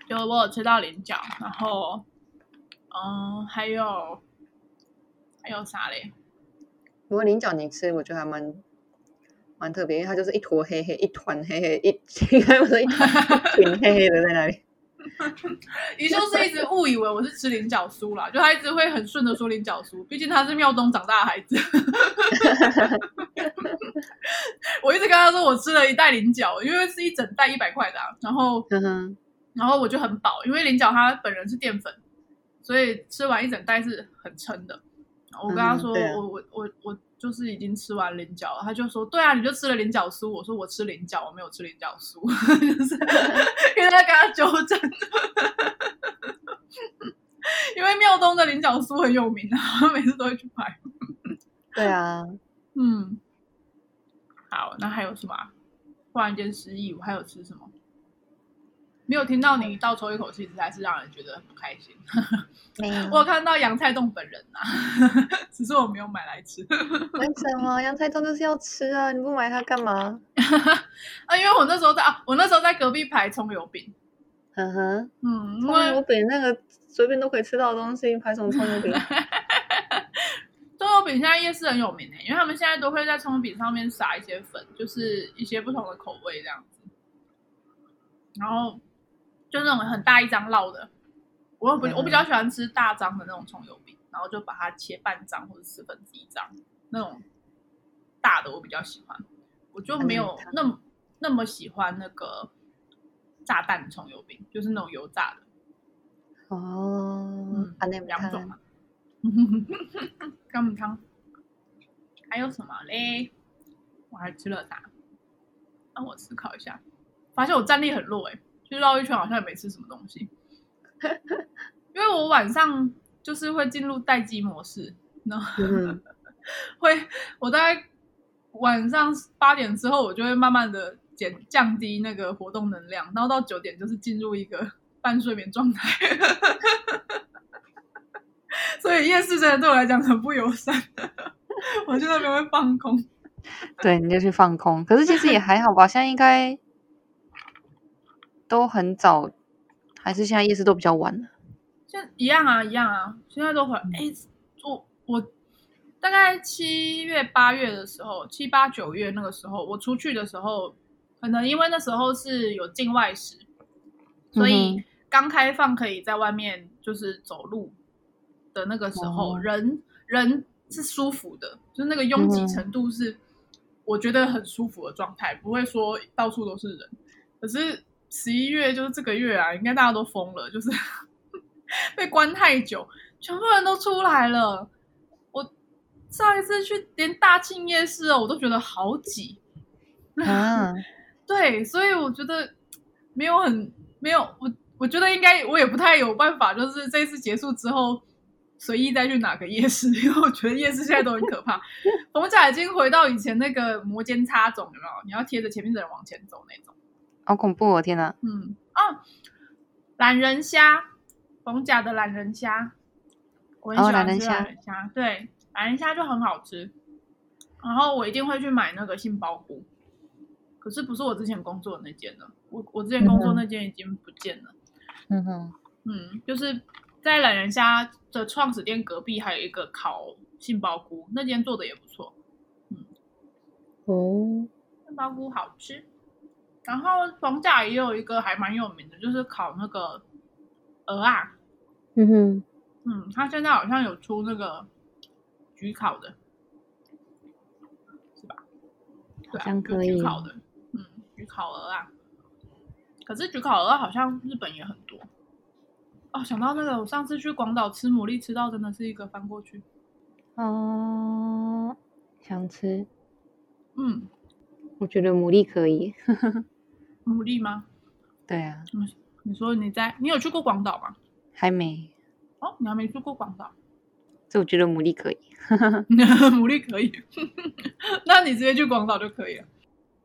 [SPEAKER 1] 就我有吃到菱角，然后，嗯，还有还有啥嘞？
[SPEAKER 2] 不过菱角你吃，我觉得还蛮蛮特别，因为它就是一坨黑黑、一团黑黑、一 [laughs] 应该不是一团一群黑黑的在那里。 [laughs]
[SPEAKER 1] 也就是一直误以为我是吃菱角酥啦，就他一直会很顺的说菱角酥，毕竟他是庙东长大的孩子。 [laughs] 我一直跟他说我吃了一袋菱角，因为是一整袋一百块的、啊，然后
[SPEAKER 2] 哼嗯哼，
[SPEAKER 1] 然后我就很饱，因为菱角它本人是淀粉，所以吃完一整袋是很撑的。然后我跟他说，
[SPEAKER 2] 嗯对啊
[SPEAKER 1] 我我我我就是已经吃完菱角了，他就说，对啊，你就吃了菱角酥。我说我吃菱角，我没有吃菱角酥， [laughs] 就是因为他跟他纠正。 [laughs] 因为庙东的菱角酥很有名啊，每次都会去买。
[SPEAKER 2] 对啊，
[SPEAKER 1] 嗯，好，那还有什么啊？忽然间失忆，我还有吃什么？没有听到你倒抽一口气，实在是让人觉得很不开心。
[SPEAKER 2] 没有
[SPEAKER 1] [laughs] 我有看到杨菜冻本人啊， [laughs] 只是我没有买来吃
[SPEAKER 2] [laughs]
[SPEAKER 1] [laughs]
[SPEAKER 2] 为什么洋菜冻就是要吃啊？你不买它干嘛？
[SPEAKER 1] 啊，因为我那时候在啊，我那时候在隔壁排葱油饼，
[SPEAKER 2] 哼哼，
[SPEAKER 1] 嗯，因
[SPEAKER 2] 葱
[SPEAKER 1] 为
[SPEAKER 2] 油饼那个随便都可以吃到的东西，排什么葱油饼？
[SPEAKER 1] 葱油饼现在夜市很有名欸诶、因为他们现在都会在葱油饼上面撒一些粉，就是一些不同的口味这样子。然后就那种很大一张烙的，我比
[SPEAKER 2] 嗯
[SPEAKER 1] 我比较喜欢吃大张的那种葱油饼，然后就把它切半张或者四分之一张那种大的，我比较喜欢。我就没有那么那么喜欢那个炸弹葱油饼，就是那种油炸的。
[SPEAKER 2] 哦
[SPEAKER 1] 嗯，
[SPEAKER 2] 啊，那不
[SPEAKER 1] 两种
[SPEAKER 2] 看
[SPEAKER 1] 嘛。干母 [laughs] 汤，还有什么嘞？我还吃了啥？让我思考一下，发现我战力很弱哎、就绕一圈好像也没吃什么东 [laughs] 西，因为我晚上就是会进入待机模式，然后
[SPEAKER 2] 嗯，
[SPEAKER 1] 会我大概晚上八点之后，我就会慢慢的减降低那个活动能量，然后到九点就是进入一个半睡眠状态。 [laughs] 所以夜市真的对我来讲很不友善， [laughs] 我去那边会放空。
[SPEAKER 2] [laughs] 对，你就去放空。可是其实也还好吧，现在应该都很早，还是现在夜市都比较晚了。
[SPEAKER 1] 现一样啊，一样啊，现在都回来。
[SPEAKER 2] 嗯
[SPEAKER 1] 哎、我我大概七月八月的时候，七八九月那个时候，我出去的时候，可能因为那时候是有境外时，所
[SPEAKER 2] 嗯
[SPEAKER 1] 以刚开放可以在外面就是走路的那个时候，
[SPEAKER 2] 哦
[SPEAKER 1] 人人是舒服的，就是那个拥挤
[SPEAKER 2] 嗯
[SPEAKER 1] 程度是我觉得很舒服的状态，不会说到处都是人。可是十一月就是这个月啊，应该大家都疯了，就是 [laughs] 被关太久，全部人都出来了。我上一次去连大庆夜市哦，我都觉得好挤。
[SPEAKER 2] 啊，
[SPEAKER 1] 对，所以我觉得没有很没有我，我觉得应该我也不太有办法，就是这一次结束之后随意再去哪个夜市， [laughs] 因为我觉得夜市现在都很可怕。逢甲已经回到以前那个摩肩擦踵，有没有？你要贴着前面的人往前走那种。
[SPEAKER 2] 好恐怖哦！天哪，
[SPEAKER 1] 嗯，哦，懒人虾，逢甲的懒人虾，我很
[SPEAKER 2] 哦
[SPEAKER 1] 喜欢
[SPEAKER 2] 懒人
[SPEAKER 1] 吃
[SPEAKER 2] 虾
[SPEAKER 1] 懒人虾，对，懒人虾就很好吃。然后我一定会去买那个杏鲍菇，可是不是我之前工作的那间了，我我之前工作
[SPEAKER 2] 嗯哼
[SPEAKER 1] 那间已经不见了。
[SPEAKER 2] 嗯哼，
[SPEAKER 1] 嗯，就是在懒人虾的创始店隔壁还有一个烤杏鲍菇，那间做的也不错。
[SPEAKER 2] 哦，
[SPEAKER 1] 杏鲍菇好吃。然后逢甲也有一个还蛮有名的，就是烤那个鹅啊，
[SPEAKER 2] 嗯哼，
[SPEAKER 1] 嗯，它现在好像有出那个焗烤的，是吧？对啊，
[SPEAKER 2] 好像
[SPEAKER 1] 就
[SPEAKER 2] 可以
[SPEAKER 1] 焗烤的，嗯，焗烤鹅啊。可是焗烤鹅好像日本也很多。哦，想到那个，我上次去广岛吃牡蛎，吃到真的是一个翻过去。
[SPEAKER 2] 哦，想吃，
[SPEAKER 1] 嗯，
[SPEAKER 2] 我觉得牡蛎可以。
[SPEAKER 1] 牡蛎吗？
[SPEAKER 2] 对啊，
[SPEAKER 1] 你说你在，你有去过广岛吗？
[SPEAKER 2] 还没，
[SPEAKER 1] 哦，你还没去过广岛。 [laughs]
[SPEAKER 2] 所以我觉得牡蛎可以，
[SPEAKER 1] 牡蛎可以， [laughs] 那你直接去广岛就可以了。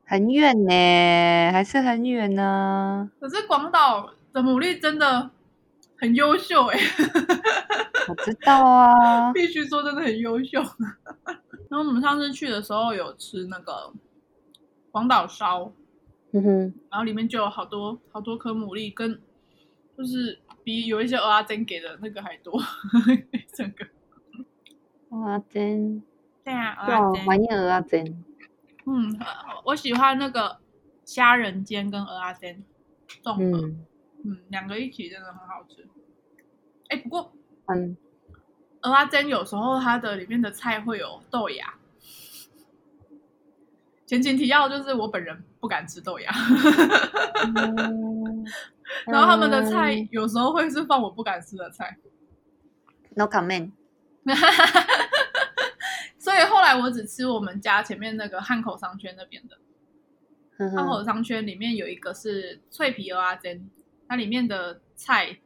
[SPEAKER 2] 很远呢，还是很远呢、
[SPEAKER 1] 可是广岛的牡蛎真的很优秀哎、，
[SPEAKER 2] 我知道
[SPEAKER 1] [laughs]
[SPEAKER 2] 啊
[SPEAKER 1] 必须说真的很优秀。然后我们上次去的时候有吃那个广岛烧，
[SPEAKER 2] [laughs] 嗯哼，
[SPEAKER 1] 然后里面就有好多好多颗牡蛎，跟就是比有一些蚵仔煎给的那个还多， [laughs] 整个。
[SPEAKER 2] 哇真，
[SPEAKER 1] 对啊，
[SPEAKER 2] 哇
[SPEAKER 1] 蚵仔，
[SPEAKER 2] 怀
[SPEAKER 1] 煎。
[SPEAKER 2] 念鹅啊真，
[SPEAKER 1] 嗯，呃我喜欢那个虾仁煎跟蚵仔煎综合，嗯
[SPEAKER 2] 嗯
[SPEAKER 1] 两个一起真的很好吃。哎，不过
[SPEAKER 2] 嗯，
[SPEAKER 1] 蚵仔煎有时候它的里面的菜会有豆芽。前情提要就是我本人不敢吃豆芽，
[SPEAKER 2] 嗯
[SPEAKER 1] 然后他们的菜
[SPEAKER 2] 嗯
[SPEAKER 1] 有时候会是放我不敢吃的菜， [laughs]
[SPEAKER 2] ，no comment，
[SPEAKER 1] 所以后来我只吃我们家前面那个汉口商圈那边的。
[SPEAKER 2] 呵
[SPEAKER 1] 汉口
[SPEAKER 2] 呵，
[SPEAKER 1] 商圈里面有一个是脆皮蚵仔煎，它里面的菜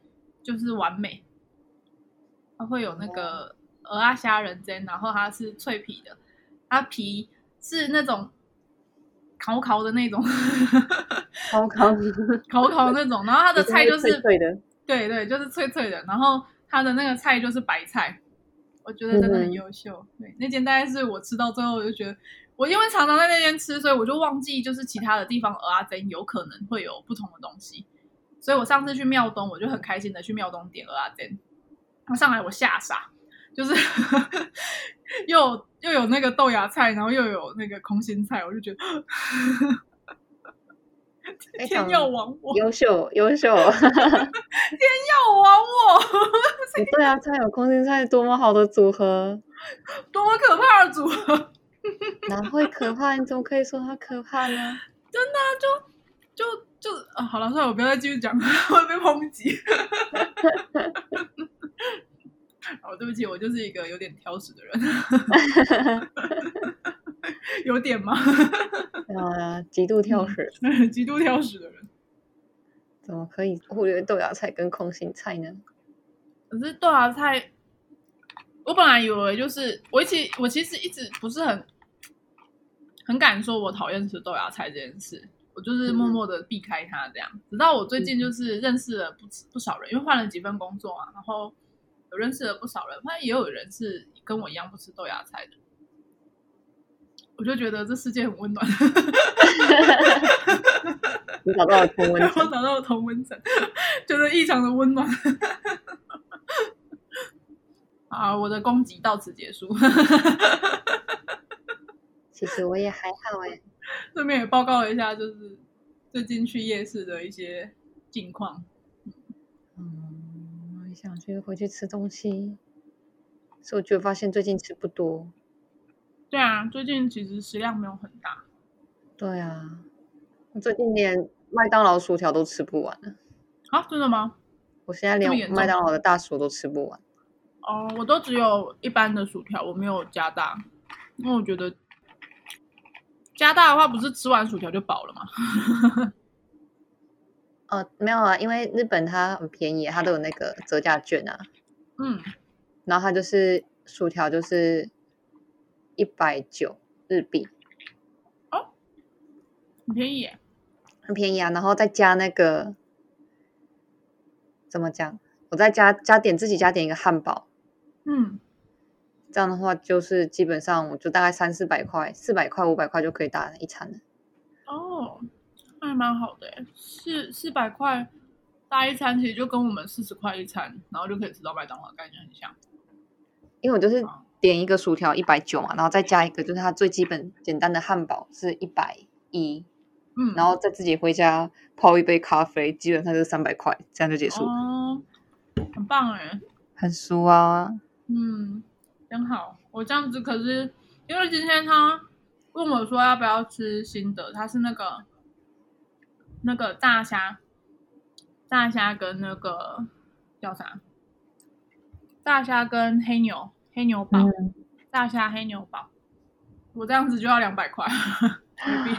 [SPEAKER 1] 就是完美，它会有那个
[SPEAKER 2] 哦
[SPEAKER 1] 蚵仔虾仁煎，然后它是脆皮的，它皮是那种烤烤的那种， [laughs]
[SPEAKER 2] 好烤，
[SPEAKER 1] 烤烤的那种，然后它的 [laughs] 菜就
[SPEAKER 2] 脆
[SPEAKER 1] 是
[SPEAKER 2] 脆 [laughs] 的，
[SPEAKER 1] 对对，就是脆脆的，然后它的那个菜就是白菜，我觉得真的很
[SPEAKER 2] 嗯哼
[SPEAKER 1] 优秀。对，那间大概是我吃到最后，我就觉得我因为常常在那边吃，所以我就忘记就是其他的地方蚵仔煎有可能会有不同的东西。所以我上次去庙东，我就很开心的去庙东点啊蚵仔煎，我上来我吓傻，就是 [laughs] 又有又有那个豆芽菜，然后又有那个空心菜，我就觉得 [laughs]
[SPEAKER 2] 非
[SPEAKER 1] 天
[SPEAKER 2] 常
[SPEAKER 1] 要亡我，
[SPEAKER 2] [laughs] 优秀优 [laughs] 秀，
[SPEAKER 1] 要亡我。
[SPEAKER 2] 对啊，菜有空心菜多么好的组合，
[SPEAKER 1] 多么可怕的组合！ [laughs]
[SPEAKER 2] 哪会可怕？你怎么可以说它可怕呢？
[SPEAKER 1] 就就、啊、好了，算了， [laughs] 我不要再继续讲，会被抨击。 [laughs] 哦，对不起，我就是一个有点挑食的人， [laughs] 有点吗？ [laughs]
[SPEAKER 2] 啊，极度挑食，
[SPEAKER 1] 极度挑食的人。
[SPEAKER 2] 怎么可以忽略豆芽菜跟空心菜呢？
[SPEAKER 1] 可是啊豆芽菜，我本来以为就是我一起，我其实一直不是很很敢说我讨厌吃豆芽菜这件事，我就是默默的避开它这样。直到我最近就是认识了不不少人，因为换了几份工作嘛，然后有认识了不少人，发现也有人是跟我一样不吃豆芽菜的。我就觉得这世界很温暖，
[SPEAKER 2] 你找到了同温
[SPEAKER 1] 然后
[SPEAKER 2] 层，
[SPEAKER 1] 找到了同温层，觉得异常的温暖。啊，我的攻击到此结束。
[SPEAKER 2] 其实我也还好哎、
[SPEAKER 1] 这边也报告了一下，就是最近去夜市的一些近况。
[SPEAKER 2] 嗯，我也想去回去吃东西，所以我就发现最近吃不多。
[SPEAKER 1] 对啊，最近其实食量没有很大，
[SPEAKER 2] 对啊，我最近连麦当劳薯条都吃不完了，
[SPEAKER 1] 啊，真的吗？
[SPEAKER 2] 我现在
[SPEAKER 1] 这么严
[SPEAKER 2] 连
[SPEAKER 1] 重
[SPEAKER 2] 麦当劳的大薯都吃不完。
[SPEAKER 1] 哦，我都只有一般的薯条，我没有加大，因为我觉得加大的话，不是吃完薯条就饱了吗？
[SPEAKER 2] 哦，没有啊，因为日本它很便宜，它都有那个折价券啊。
[SPEAKER 1] 嗯，
[SPEAKER 2] 然后它就是薯条就是一百九日币，
[SPEAKER 1] 很便宜耶。
[SPEAKER 2] 很便宜啊。然后再加那个怎么讲？我再加加点自己加点一个汉堡，
[SPEAKER 1] 嗯，
[SPEAKER 2] 这样的话就是基本上我就大概三四百块、四百块、五百块就可以打一餐了。
[SPEAKER 1] 哦，那还蛮好的耶，四四百块大一餐，其实就跟我们四十块一餐，然后就可以吃到麦当劳，感觉很像。
[SPEAKER 2] 因为我就是
[SPEAKER 1] 哦
[SPEAKER 2] 点一个薯条一百九嘛，然后再加一个就是它最基本简单的汉堡是一百一，
[SPEAKER 1] 嗯，
[SPEAKER 2] 然后再自己回家泡一杯咖啡，基本上就是三百块，这样就结束，
[SPEAKER 1] 哦，很棒哎。
[SPEAKER 2] 很舒啊。
[SPEAKER 1] 嗯，真好。我这样子可是因为今天他问我说要不要吃新的，他是那个那个大虾，大虾跟那个叫啥？大虾跟黑牛，黑牛
[SPEAKER 2] 嗯
[SPEAKER 1] 堡，大虾黑牛堡。我这样子就要两百
[SPEAKER 2] [laughs]
[SPEAKER 1] 块，台币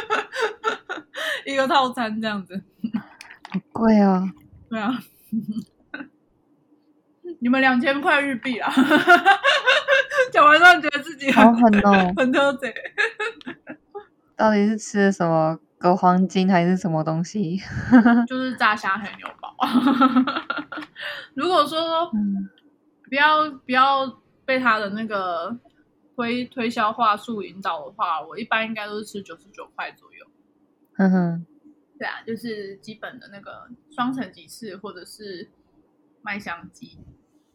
[SPEAKER 1] [laughs] 一个套餐
[SPEAKER 2] 哦
[SPEAKER 1] 这样子。
[SPEAKER 2] 贵啊！
[SPEAKER 1] 对啊，你们两千块日币啊！讲完之后，你觉得自己很、
[SPEAKER 2] 好狠哦！
[SPEAKER 1] 很偷贼。
[SPEAKER 2] 到底是吃了什么狗黄金还是什么东西？
[SPEAKER 1] 就是炸虾很牛堡。 [laughs] 如果说
[SPEAKER 2] 嗯
[SPEAKER 1] 不要不要被他的那个推推销话术引导的话，我一般应该都是吃九十九块左右。
[SPEAKER 2] 哼嗯哼，
[SPEAKER 1] 对啊，就是基本的那个双层鸡翅或者是麦香鸡，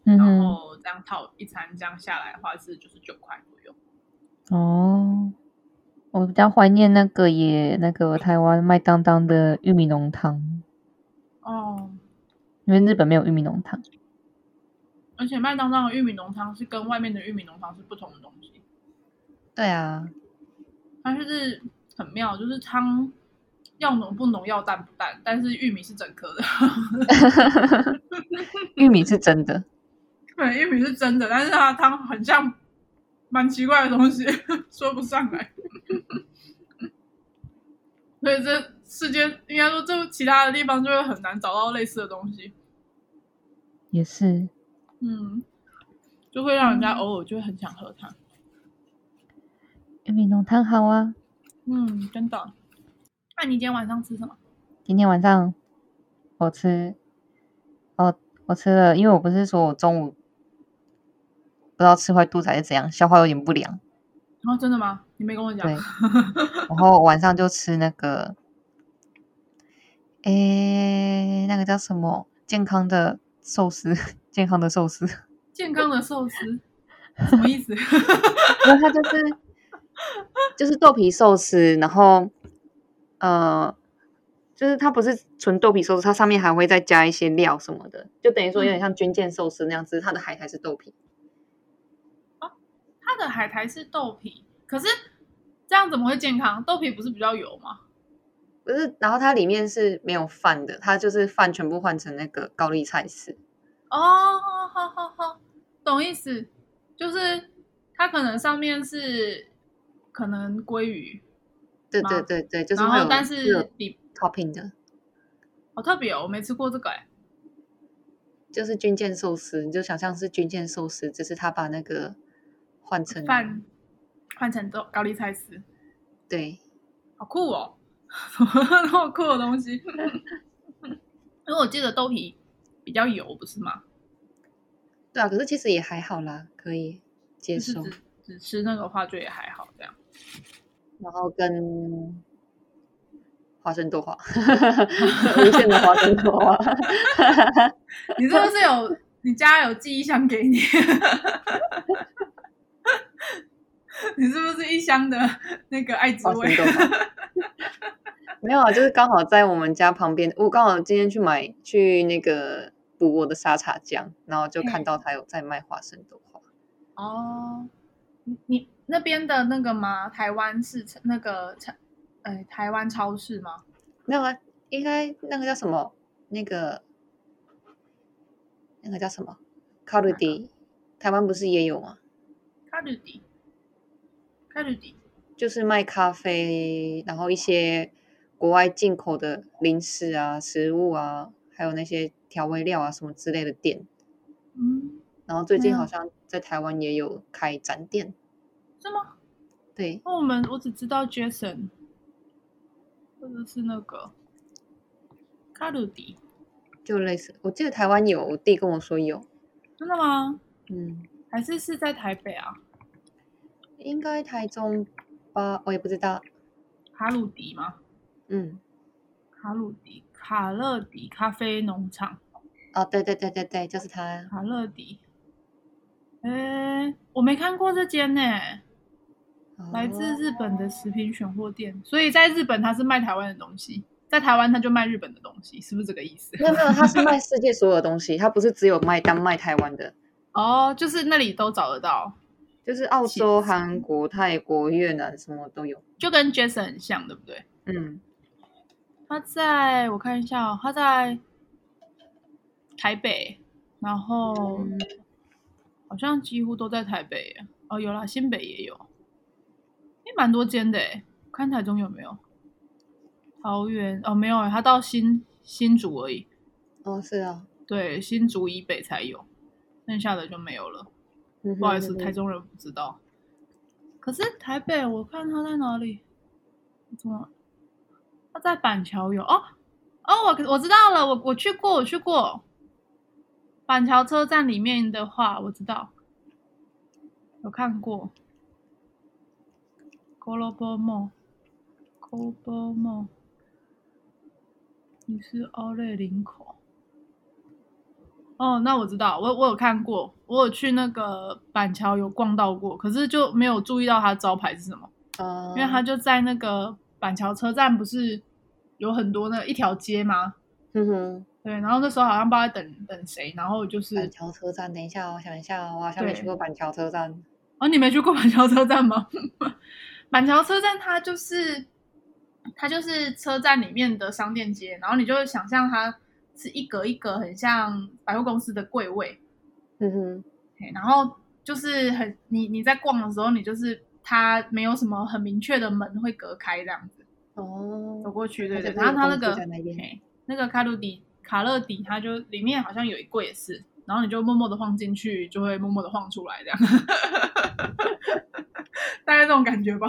[SPEAKER 2] 嗯
[SPEAKER 1] 然
[SPEAKER 2] 哼，
[SPEAKER 1] 后这样套一餐这样下来的话是九十九块左右。
[SPEAKER 2] 哦，我比较怀念那个耶，那个台湾麦当当的玉米浓汤，
[SPEAKER 1] 哦，
[SPEAKER 2] 因为日本没有玉米浓汤。
[SPEAKER 1] 而且麦当当的玉米浓汤是跟外面的玉米浓汤是不同的东西，
[SPEAKER 2] 对啊，
[SPEAKER 1] 它就是很妙，就是汤要浓不浓，要淡不淡，但是玉米是整颗的，
[SPEAKER 2] 玉米是真的，
[SPEAKER 1] 对，玉米是真的，但是它的汤很像蛮奇怪的东西， [laughs] 说不上来。 [laughs] 所以这世界应该说，这其他的地方就会很难找到类似的东西，
[SPEAKER 2] 也是。
[SPEAKER 1] 嗯，就会让人家偶尔就会很想喝它。
[SPEAKER 2] 玉米浓汤好啊，
[SPEAKER 1] 嗯，真的。那你今天晚上吃什么？
[SPEAKER 2] 今天晚上我吃，哦，我吃了，因为我不是说我中午不知道吃坏肚子还是怎样，消化有点不良，
[SPEAKER 1] 然、哦后真的吗？你没跟我讲
[SPEAKER 2] 对，然后晚上就吃那个，诶，那个叫什么健康的寿司，健康的寿司，
[SPEAKER 1] 健康的寿司，什么意思？
[SPEAKER 2] 因为它就是就是豆皮寿司，然后呃，就是它不是纯豆皮寿司，它上面还会再加一些料什么的，就等于说
[SPEAKER 1] 嗯
[SPEAKER 2] 有点像军舰寿司那样子，只是它的海苔是豆皮。
[SPEAKER 1] [laughs] 它的海苔是豆皮，可是这样怎么会健康？豆皮不是比较油吗？
[SPEAKER 2] 不是，然后它里面是没有饭的，它就是饭全部换成那个高丽菜丝。
[SPEAKER 1] 哦，好好好好，懂意思，就是它可能上面是可能鲑鱼，
[SPEAKER 2] 对
[SPEAKER 1] 吗
[SPEAKER 2] 对对对，就是
[SPEAKER 1] 啊然
[SPEAKER 2] 会
[SPEAKER 1] 后
[SPEAKER 2] 有
[SPEAKER 1] 但
[SPEAKER 2] 有
[SPEAKER 1] 是里
[SPEAKER 2] topping 的，
[SPEAKER 1] 好特别哦，我没吃过这个哎。
[SPEAKER 2] 就是军舰寿司，你就想象是军舰寿司，只是他把那个换成
[SPEAKER 1] 饭换成豆高丽菜丝，
[SPEAKER 2] 对，
[SPEAKER 1] 好酷哦， [laughs] 那么酷的
[SPEAKER 2] [laughs]
[SPEAKER 1] 东西。因为我记得豆皮比较油，不是吗？
[SPEAKER 2] 对啊，可是其实也还好啦，可以接
[SPEAKER 1] 就是
[SPEAKER 2] 受。
[SPEAKER 1] 只只吃那个话就也还好这样。
[SPEAKER 2] 然后跟花生豆花，无限的花生
[SPEAKER 1] [laughs]
[SPEAKER 2] 豆花，
[SPEAKER 1] 你是不是有你家有寄一箱给你？ [laughs] 你是不是一箱的那个爱之
[SPEAKER 2] 花
[SPEAKER 1] 味
[SPEAKER 2] 生？豆花。没有啊，就是刚好在我们家旁边，我刚好今天去买去那个补我的沙茶酱，然后就看
[SPEAKER 1] 嗯
[SPEAKER 2] 到他有在卖花生豆花。
[SPEAKER 1] 哦，你你那边的那个吗？台湾市场那个超，哎，台湾超市吗？
[SPEAKER 2] 没有啊，应该那个叫什么？那个那个叫什么？卡路迪，台湾不是也有吗？
[SPEAKER 1] 卡路迪，卡路迪，
[SPEAKER 2] 就是卖咖啡，然后一些国外进口的零食啊、食物啊，还有那些调味料啊什么之类的店。
[SPEAKER 1] 嗯，
[SPEAKER 2] 然后最近
[SPEAKER 1] 嗯
[SPEAKER 2] 好像在台湾也有开展店，
[SPEAKER 1] 是吗？哦
[SPEAKER 2] 对，
[SPEAKER 1] 那我们我只知道 Jason，或者是那个卡路迪，
[SPEAKER 2] 就类似，我记得台湾有，我弟跟我说有，
[SPEAKER 1] 真的吗？
[SPEAKER 2] 嗯，
[SPEAKER 1] 还是是在台北啊？
[SPEAKER 2] 应该台中吧，我也不知道，
[SPEAKER 1] 卡路迪吗？
[SPEAKER 2] 嗯，
[SPEAKER 1] 卡路迪、卡乐迪咖啡农场、
[SPEAKER 2] 哦，对对对对对，就是他，
[SPEAKER 1] 卡乐迪。哎、我没看过这间呢，来自
[SPEAKER 2] 哦
[SPEAKER 1] 日本的食品选货店，所以在日本它是卖台湾的东西，在台湾它就卖日本的东西，是不是这个意思？ [laughs]
[SPEAKER 2] 没有没有，他是卖世界所有东西，他不是只有卖单卖台湾的，
[SPEAKER 1] 哦，就是那里都找得到，
[SPEAKER 2] 就是澳
[SPEAKER 1] 其
[SPEAKER 2] 洲、
[SPEAKER 1] 实
[SPEAKER 2] 韩国、泰国、越南什么都有，
[SPEAKER 1] 就跟 Jason 很像，对不对？
[SPEAKER 2] 嗯，
[SPEAKER 1] 他在我看一下、哦，他在台北，然后
[SPEAKER 2] 嗯
[SPEAKER 1] 好像几乎都在台北耶。哦，有啦，新北也有，也蛮多间的诶。看台中有没有？桃园哦，没有耶，他到新新竹而已。
[SPEAKER 2] 哦，是啊，
[SPEAKER 1] 对，新竹以北才有。剩下的就没有了。
[SPEAKER 2] 嗯哼
[SPEAKER 1] 不好意思，
[SPEAKER 2] 嗯哼
[SPEAKER 1] 台中人不知道。可是台北，我看他在哪里？怎么？他在板桥有哦哦，我我知道了，我我去过，我去过。板桥车站里面的话，我知道，有看过。g o l o b o m o g o l o b o m o 你是奥瑞林口。哦，那我知道，我我有看过，我有去那个板桥有逛到过，可是就没有注意到它的招牌是什么，
[SPEAKER 2] 哦，
[SPEAKER 1] 因为它就在那个板桥车站，不是有很多那一条街吗？
[SPEAKER 2] 嗯哼，
[SPEAKER 1] 对，然后那时候好像不知道在等等谁，然后就是
[SPEAKER 2] 板桥车站，等一下哦，我想一下哦，我好像没
[SPEAKER 1] 对
[SPEAKER 2] 去过板桥车站。
[SPEAKER 1] 哦，你没去过板桥车站吗？板桥车站它就是它就是车站里面的商店街，然后你就会想象它是一格一格，很像百货公司的柜位，
[SPEAKER 2] 嗯哼，
[SPEAKER 1] 嘿然后就是很你你在逛的时候，你就是它没有什么很明确的门会隔开这样子走
[SPEAKER 2] 哦，
[SPEAKER 1] 过去，对
[SPEAKER 2] 它
[SPEAKER 1] 对。
[SPEAKER 2] 就是
[SPEAKER 1] 然后它那
[SPEAKER 2] 有公
[SPEAKER 1] 个
[SPEAKER 2] 司在那边
[SPEAKER 1] 嘿那个卡路迪卡乐迪，它就里面好像有一柜也是，然后你就默默的晃进去，就会默默的晃出来这样， [laughs] 大概这种感觉吧。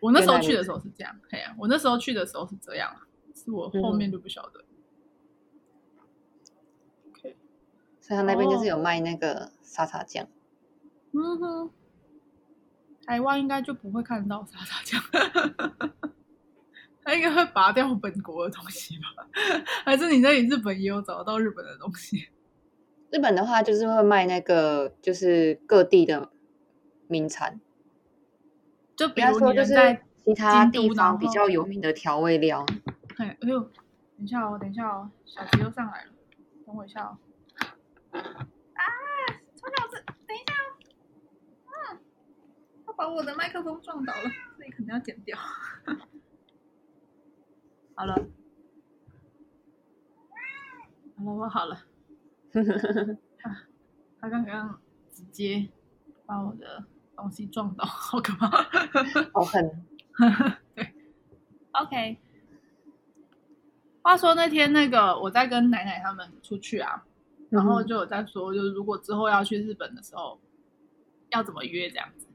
[SPEAKER 1] 我那时候去的时候是这样，嘿呀、啊我那时候去的时候是这样啊，是我后面就不晓得。
[SPEAKER 2] 所以他那边就是
[SPEAKER 1] 哦
[SPEAKER 2] 有卖那个沙茶酱。
[SPEAKER 1] 嗯哼，台湾应该就不会看到沙茶酱， [laughs] 他应该会拔掉本国的东西吧？ [laughs] 还是你在日本也有找到日本的东西？
[SPEAKER 2] 日本的话就是会卖那个，就是各地的名产，
[SPEAKER 1] 就比
[SPEAKER 2] 比方
[SPEAKER 1] 如
[SPEAKER 2] 说
[SPEAKER 1] 你
[SPEAKER 2] 就
[SPEAKER 1] 人
[SPEAKER 2] 是
[SPEAKER 1] 在，
[SPEAKER 2] 其他
[SPEAKER 1] 京
[SPEAKER 2] 地
[SPEAKER 1] 都然
[SPEAKER 2] 方比
[SPEAKER 1] 后
[SPEAKER 2] 较有名的调味料。
[SPEAKER 1] 哎、哎呦，等一下哦，等一下哦，小吉又上来了，等我一下哦。啊，臭小子，等一下哦，嗯，他把我的麦克风撞倒了，这里肯定要剪掉。好了，好了，我好了。他刚刚直接把我的东西撞倒，好可怕。
[SPEAKER 2] 好狠，
[SPEAKER 1] OK。话说那天那个我在跟奶奶他们出去啊，然后就有在说，就是如果之后要去日本的时候，要怎么约这样子。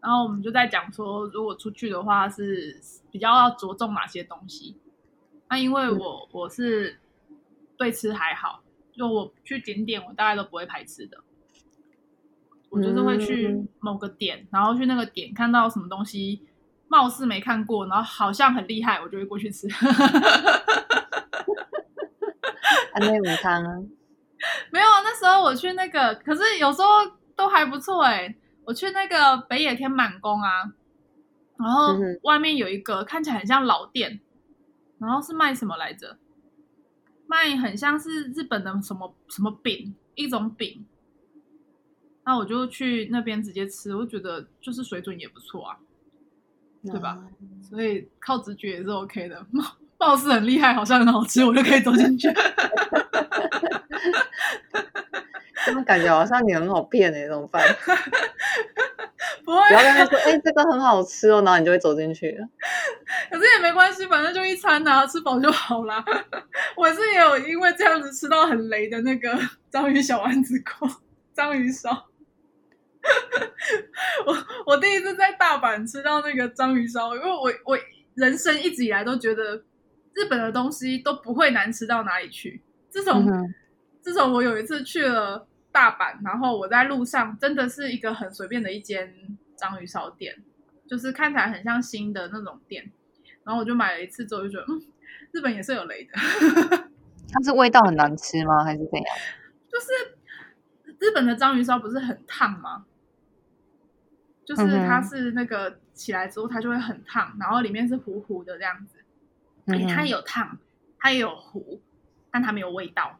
[SPEAKER 1] 然后我们就在讲说，如果出去的话是比较要着重哪些东西。那因为我我是对吃还好，就我去景点我大概都不会排斥的，我就是会去
[SPEAKER 2] 嗯
[SPEAKER 1] 某个点，然后去那个点看到什么东西貌似没看过，然后好像很厉害，我就会过去吃。
[SPEAKER 2] 安内午汤啊，
[SPEAKER 1] 没有，啊那时候我去那个，可是有时候都还不错哎、我去那个北野天满宫啊，然后
[SPEAKER 2] 嗯哼
[SPEAKER 1] 外面有一个看起来很像老店，然后是卖什么来着？卖很像是日本的什么什么饼，一种饼。那我就去那边直接吃，我觉得就是水准也不错啊， [laughs] 对吧
[SPEAKER 2] 哦？
[SPEAKER 1] 所以靠直觉也是 OK 的。 [laughs] 貌貌似很厉害，好像很好吃，我就可以走进去。 [laughs]
[SPEAKER 2] 这么感觉好像你很好骗哎、欸，怎么办？
[SPEAKER 1] 不会啊
[SPEAKER 2] 不要跟他说，哎、这个很好吃哦，然后你就会走进去了。
[SPEAKER 1] 可是也没关系，反正就一餐呐、吃饱就好啦。我是也有因为这样子吃到很雷的那个章鱼小丸子锅、章鱼烧。我我第一次在大阪吃到那个章鱼烧，因为我我人生一直以来都觉得日本的东西都不会难吃到哪里去。自从、
[SPEAKER 2] 哼
[SPEAKER 1] 自从我有一次去了大阪，然后我在路上真的是一个很随便的一间章鱼烧店，就是看起来很像新的那种店，然后我就买了一次之后就觉得，嗯，日本也是有雷的，
[SPEAKER 2] 它是味道很难吃吗？还是怎样？
[SPEAKER 1] 就是日本的章鱼烧不是很烫吗？就是它
[SPEAKER 2] 嗯哼
[SPEAKER 1] 是那个起来之后它就会很烫，然后里面是糊糊的这样子，
[SPEAKER 2] 嗯
[SPEAKER 1] 而且它也有烫，它也有糊，但它没有味道。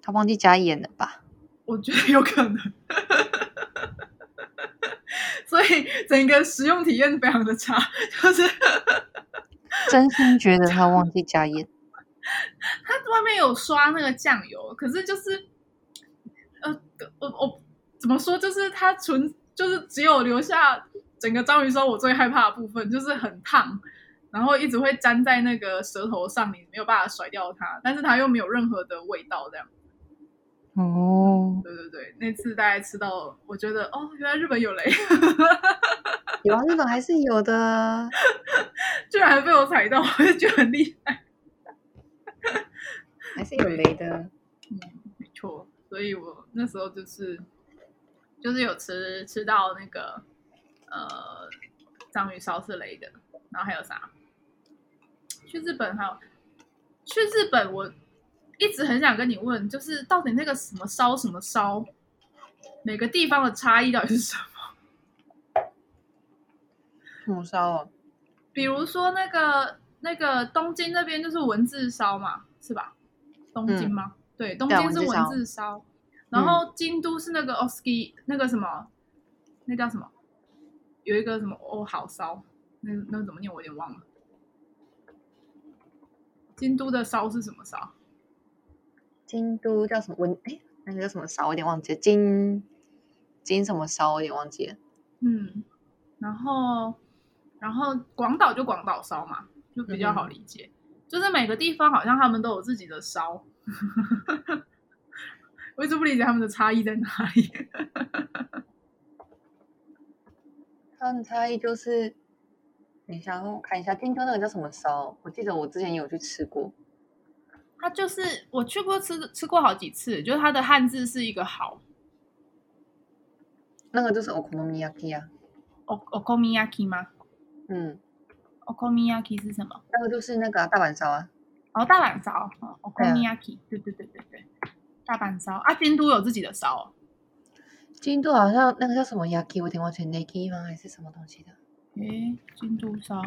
[SPEAKER 2] 他忘记加盐了吧？
[SPEAKER 1] 我觉得有可能， [laughs] 所以整个食用体验非常的差，就是
[SPEAKER 2] 真心觉得他忘记加盐。
[SPEAKER 1] 它外面有刷那个酱油，可是就是，呃，我我怎么说，就是它纯就是只有留下整个章鱼烧我最害怕的部分，就是很烫，然后一直会粘在那个舌头上，你没有办法甩掉它，但是它又没有任何的味道，这样。
[SPEAKER 2] 哦，
[SPEAKER 1] 对对对，那次大概吃到，我觉得哦，原来日本有雷，
[SPEAKER 2] 有啊，日本还是有的。
[SPEAKER 1] 居然还被我踩到，我就觉得很厉害。
[SPEAKER 2] 还是有雷的。
[SPEAKER 1] 嗯，没错，所以我那时候就是就是有吃吃到那个呃章鱼烧是雷的，然后还有啥？去日本还有去日本，我一直很想跟你问，就是到底那个什么烧什么烧，每个地方的差异到底是什么？
[SPEAKER 2] 红烧哦，
[SPEAKER 1] 比如说那个那个东京那边就是文字烧嘛，是吧？东京吗？对，东
[SPEAKER 2] 对啊
[SPEAKER 1] 京是
[SPEAKER 2] 文字
[SPEAKER 1] 文
[SPEAKER 2] 烧嗯
[SPEAKER 1] 字烧，然后京都是那个 oski 那个什么，那叫什么？有一个什么哦好烧，那那怎么念我有点忘了。京都的烧是什么烧？
[SPEAKER 2] 京都叫什么文？哎，那个叫什么烧？我有点忘记了。京京什么烧？我有点忘记了。
[SPEAKER 1] 嗯，然后然后广岛就广岛烧嘛，就比较好理解。就是每个地方好像他们都有自己的烧， [laughs] 我一直不理解他们的差异在哪里。 [laughs]
[SPEAKER 2] 它的差异就是，等一下，让我看一下京都那个叫什么烧？哦我记得我之前有去吃过。
[SPEAKER 1] 它就是我去过吃吃过好几次，就是它的汉字是一个好
[SPEAKER 2] 那个就是 okonomiyaki 啊，
[SPEAKER 1] o o k o m i y a k i 哦吗
[SPEAKER 2] 嗯，
[SPEAKER 1] o k o m i y a k i 是什么？
[SPEAKER 2] 那个就是那个啊、大阪烧啊，
[SPEAKER 1] 哦，大阪烧哦 o k
[SPEAKER 2] 对
[SPEAKER 1] o
[SPEAKER 2] 啊
[SPEAKER 1] m i y a k i 对对对对对，大阪烧啊，京都有自己的烧、哦，
[SPEAKER 2] 京都好像那个叫什么 yaki，我有点忘记 naki 吗？还是什么东西的？
[SPEAKER 1] 诶，京都烧，